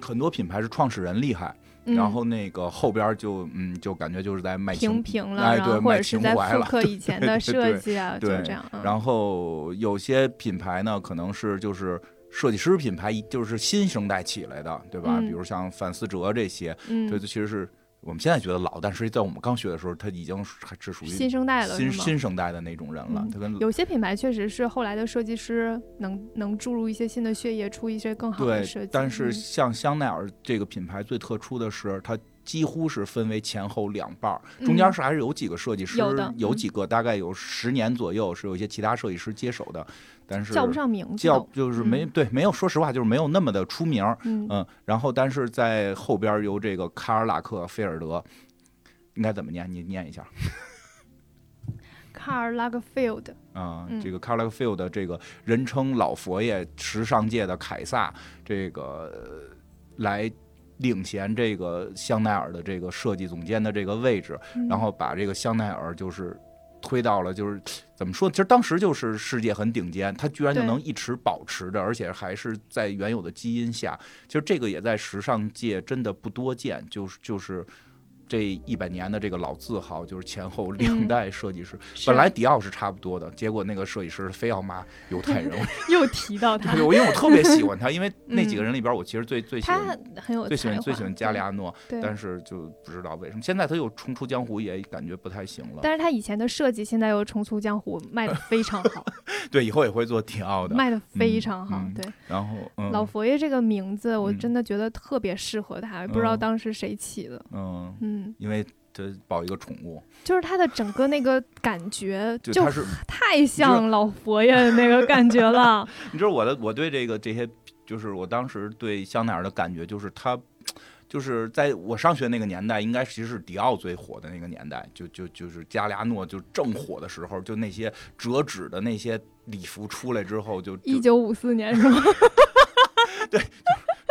B: 很多品牌是创始人厉害，
A: 嗯
B: 然后那个后边就嗯就感觉就是在卖情
A: 平平了，
B: 哎
A: 然
B: 对
A: 后或
B: 卖
A: 者是
B: 情
A: 在
B: 怀
A: 复
B: 了
A: 刻以前的
B: 对对
A: 设计啊，就
B: 对
A: 这样。嗯
B: 然后有些品牌呢，可能是就是设计师品牌，就是新生代起来的，对吧？
A: 嗯
B: 比如像范思哲这些，这、
A: 嗯，
B: 其实是我们现在觉得老，但是在我们刚学的时候，他已经是还是属于
A: 新生代了
B: 新
A: 是吗？
B: 新生代的那种人了
A: 嗯。
B: 他跟
A: 有些品牌确实是后来的设计师能能注入一些新的血液，出一些更好的设
B: 对
A: 计。，
B: 但是
A: 嗯
B: 像香奈儿这个品牌最特殊的是，它几乎是分为前后两半儿，中间
A: 嗯
B: 是还是有几个设计师，
A: 有的
B: 有
A: 嗯
B: 几个大概有十年左右是有一些其他设计师接手的，但是
A: 叫不上名字
B: 叫
A: 都，
B: 就是没、
A: 嗯
B: 对，没有说实话，就是没有那么的出名儿，
A: 嗯，
B: 嗯，然后但是在后边儿由这个卡尔拉克菲尔德，应该怎么念？你念一下
A: 卡尔拉格菲尔德，
B: 啊、
A: 嗯
B: 这个卡尔拉克菲尔德这个人称老佛爷，时尚界的凯撒，这个呃来领衔这个香奈儿的这个设计总监的这个位置，
A: 嗯
B: 然后把这个香奈儿就是推到了就是怎么说？其实当时就是世界很顶尖，它居然就
A: 对
B: 能一直保持着，而且还是在原有的基因下。其实这个也在时尚界真的不多见，就是就是。这一百年的这个老字号，就是前后两
A: 嗯
B: 代设计师，
A: 是
B: 本来迪奥是差不多的，结果那个设计师非要骂犹太人，
A: 又提 到他
B: 我，因为我特别喜欢他，因为那几个人里边，我其实最最
A: 嗯
B: 喜
A: 他
B: 欢
A: 很有
B: 最喜
A: 才
B: 欢最
A: 华
B: 喜欢加里，亚诺，
A: 对
B: 但是就不知道为什么现在他又重出江湖，也感觉不太行了。
A: 但是他以前的设计现在又重出江湖，卖的非常 好，
B: 对，以后也会做迪奥的。
A: 卖的非常好
B: 嗯。
A: 对，
B: 然后，
A: 老
B: 嗯
A: 佛爷这个名字，我
B: 嗯
A: 真的觉得特别适合他，不知道
B: 嗯
A: 当时谁起的。
B: 嗯，
A: 嗯，
B: 因为这抱一个宠物，
A: 就是他的整个那个感觉
B: 就
A: 就
B: 它是，
A: 太像老佛爷的那个感觉 了。
B: 你知道我的，我对这个这些，就是我当时对香奈儿的感觉，就是它，就是在我上学那个年代，应该其实是迪奥最火的那个年代，就就就是加利亚诺就正火的时候，就那些折纸的那些礼服出来之后，就
A: 一
B: 就
A: 九五四年是吗？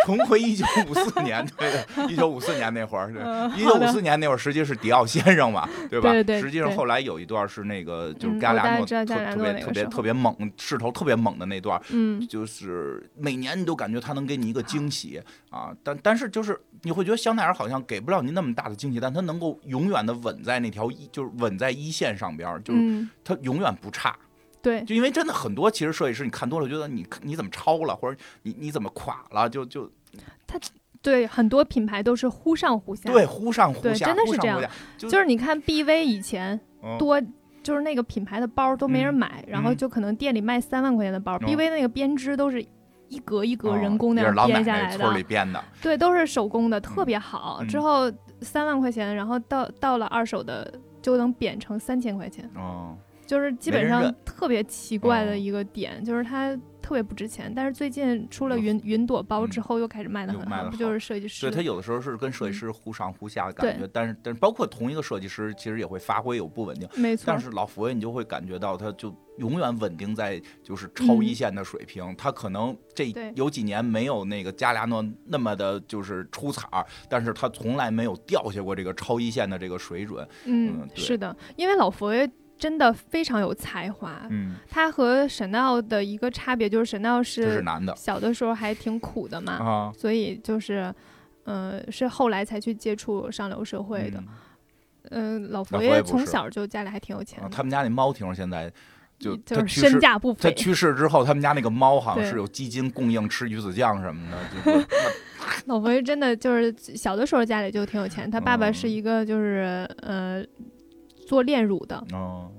B: 重回一九五四年， 对的，一九五四年那会儿，对，
A: 嗯
B: 一九
A: 好
B: 五
A: 的
B: 四年那会儿，实际是迪奥先生嘛，对吧？
A: 对对对
B: 实际上后来有一段是那个，就是
A: 嗯
B: 加
A: 我大
B: 拉
A: 概
B: 诺
A: 知道
B: 特
A: 加里亚
B: 特
A: 诺
B: 别
A: 那个
B: 特别
A: 时候
B: 特别猛，势头特别猛的那段，
A: 嗯，
B: 就是每年你都感觉它能给你一个惊喜啊，但但是就是你会觉得香奈儿好像给不了你那么大的惊喜，但它能够永远的稳在那条一，就是稳在一线上边儿，就是
A: 嗯，
B: 它永远不差。
A: 对，
B: 就因为真的很多其实设计师你看多了，觉得你你怎么超了，或者你你怎么垮了，就就
A: 对，很多品牌都是忽上忽下。
B: 对，，忽上忽
A: 对
B: 下，
A: 真的
B: 忽
A: 是
B: 上
A: 这样
B: 忽下，就
A: 就是你看 BV 以前
B: 嗯
A: 多。就是那个品牌的包都没人
B: 嗯
A: 买，然后
B: 嗯
A: 就可能店里卖三万块钱的包、
B: 嗯
A: b v 那个编织都是一格一格
B: 哦
A: 人工那
B: 也
A: 样
B: 是老奶
A: 编下
B: 奶
A: 来的，
B: 村儿里编的，
A: 对，都是手工的，特别好。
B: 嗯
A: 之后三万块钱，然后到到了二手的就能贬成三千块钱，
B: 哦，
A: 就是基
B: 没
A: 本
B: 人
A: 上
B: 认
A: 特别奇怪
B: 哦
A: 的一个点，就是它特别不值钱。但是最近出了云云朵包之
B: 哦嗯
A: 后，又开始卖的
B: 又
A: 很
B: 卖
A: 好，
B: 得
A: 不就
B: 好
A: 是设计
B: 所
A: 师
B: 以？他有的时候是跟设
A: 嗯
B: 计师忽上忽下的感觉，但是但是包括同一个设计师，其实也会发挥有不稳定，
A: 没错
B: 但，是老佛爷你就会感觉到他就永远稳定在就是超一
A: 嗯
B: 线的水平，他可能这
A: 对
B: 有几年没有那个加利亚诺那么的就是出彩儿，但是他从来没有掉下过这个超一线的这个水准，嗯
A: 嗯，
B: 对
A: 是的，因为老佛爷。真的非常有才华，
B: 嗯，
A: 他和 Chanel 的一个差别就是，Chanel
B: 这是
A: 是嗯
B: 男的
A: 小的时候还挺苦的嘛，
B: 啊，
A: 所以就是，呃，是后来才去接触上流社会的。
B: 嗯
A: 嗯，老
B: 老
A: 佛
B: 佛爷
A: 爷
B: 不
A: 从
B: 是
A: 小就家里还挺有钱的，
B: 啊，他们家那猫听说现在就
A: 嗯就
B: 他
A: 是
B: 去
A: 身
B: 世
A: 价不
B: 他
A: 菲。
B: 去世之后，他们家那个猫好像
A: 对
B: 是有基金供应吃鱼子酱什么的，就是
A: 老佛爷真的就是小的时候家里就挺有钱，他爸爸是
B: 嗯
A: 一个就是、呃做炼乳的，
B: 哦，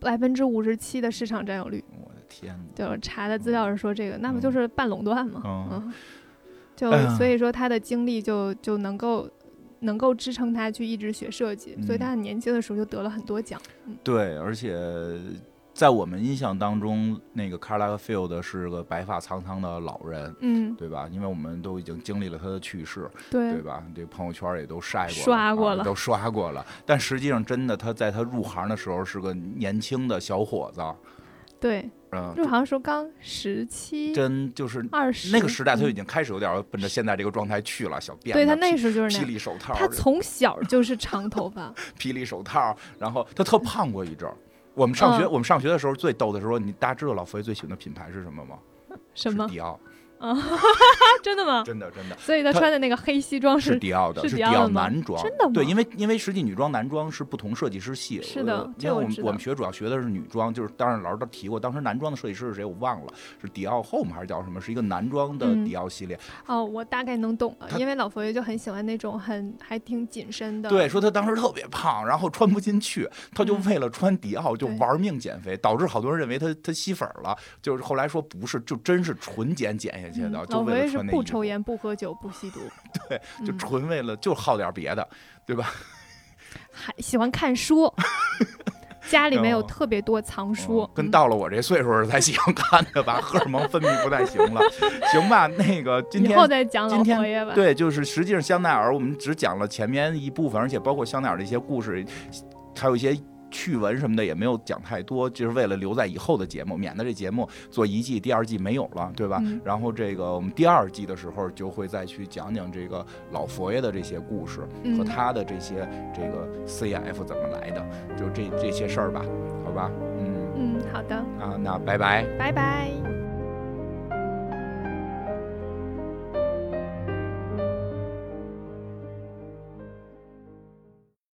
A: 百分之五十七的市场占有率，
B: 我的天哪！
A: 就是查的资料是说这个，那不就是半垄断吗？
B: 嗯
A: 嗯，就
B: 哎呀
A: 所以说他的经历就就能够能够支撑他去一直学设计，
B: 嗯
A: 所以他很年轻的时候就得了很多奖。
B: 对，而且在我们印象当中，那个 Carla Field 是个白发苍苍的老人，
A: 嗯，
B: 对吧？因为我们都已经经历了他的去世，对
A: 对，
B: 吧？这朋友圈也都晒过了，
A: 刷过
B: 啊
A: 了
B: 都刷过了。但实际上，真的他在他入行的时候是个年轻的小伙子，
A: 对，
B: 嗯，
A: 入行时候刚十七、
B: 真就是
A: 二十，
B: 那个时代，他就已
A: 嗯
B: 经开始有点奔着现在这个状态去了，小辫子，
A: 对他那时候就是那
B: 霹
A: 样。
B: 雳手套，
A: 他从小就是长头发，
B: 霹雳手套，然后他特胖过一阵儿。我们上学，
A: 嗯
B: 我们上学的时候最逗的时候，你大家知道老佛爷最喜欢的品牌是什么吗？
A: 什 么
B: 是？迪奥，
A: 啊真的吗？
B: 真的真的
A: 所以他
B: 他
A: 穿的那个黑西装
B: 是迪奥的，
A: 是
B: 是
A: 迪
B: 迪
A: 奥的
B: 奥
A: 吗
B: 男装，
A: 真的吗
B: 对，因为因为实际女装、男装是不同设计师系，
A: 是的
B: 呃
A: 这
B: 因
A: 我
B: 为我们
A: 知道
B: 我们学主要学的是女装，就是当然老师都提过，当时男装的设计师是谁我忘了，是迪奥 Home 还是叫什么？是一个男装的
A: 嗯
B: 迪奥系列。
A: 哦，我大概能懂了，
B: 他
A: 因为老佛爷就很喜欢那种很还挺紧身的，
B: 对，说他当时特别胖，然后穿不进去，他就
A: 嗯
B: 为了穿迪奥就
A: 对
B: 玩命减肥，导致好多人认为他他吸粉了，就是后来说不是，就真是纯减减下去
A: 嗯
B: 的，就
A: 老佛
B: 为
A: 爷
B: 了
A: 是
B: 穿那
A: 不
B: 衣
A: 抽
B: 服，
A: 烟、不喝酒、不吸毒，
B: 对，就
A: 嗯
B: 纯为了就好点别的，
A: 还喜欢看 书，家里面有
B: 哦
A: 特别多藏书
B: 嗯，跟
A: 嗯
B: 到了我这岁数儿才喜欢看的吧， 荷尔蒙分泌不太行了，行吧，那个今
A: 以
B: 天
A: 后再讲老
B: 今天
A: 佛爷吧。
B: 对，就是实际上香奈儿，我们只讲了前面一部分，而且包括香奈儿的一些故事，还有一些趣闻什么的，也没有讲太多，就是为了留在以后的节目，免得这节目做一季、第二季没有了，对吧？
A: 嗯
B: 然后这个我们第二季的时候就会再去讲讲这个老佛爷的这些故事和
A: 嗯，
B: 他的这些这个 CF 怎么来的，就这这些事儿吧，好吧？嗯
A: 嗯，好的，
B: 啊，那拜拜。
A: 拜拜。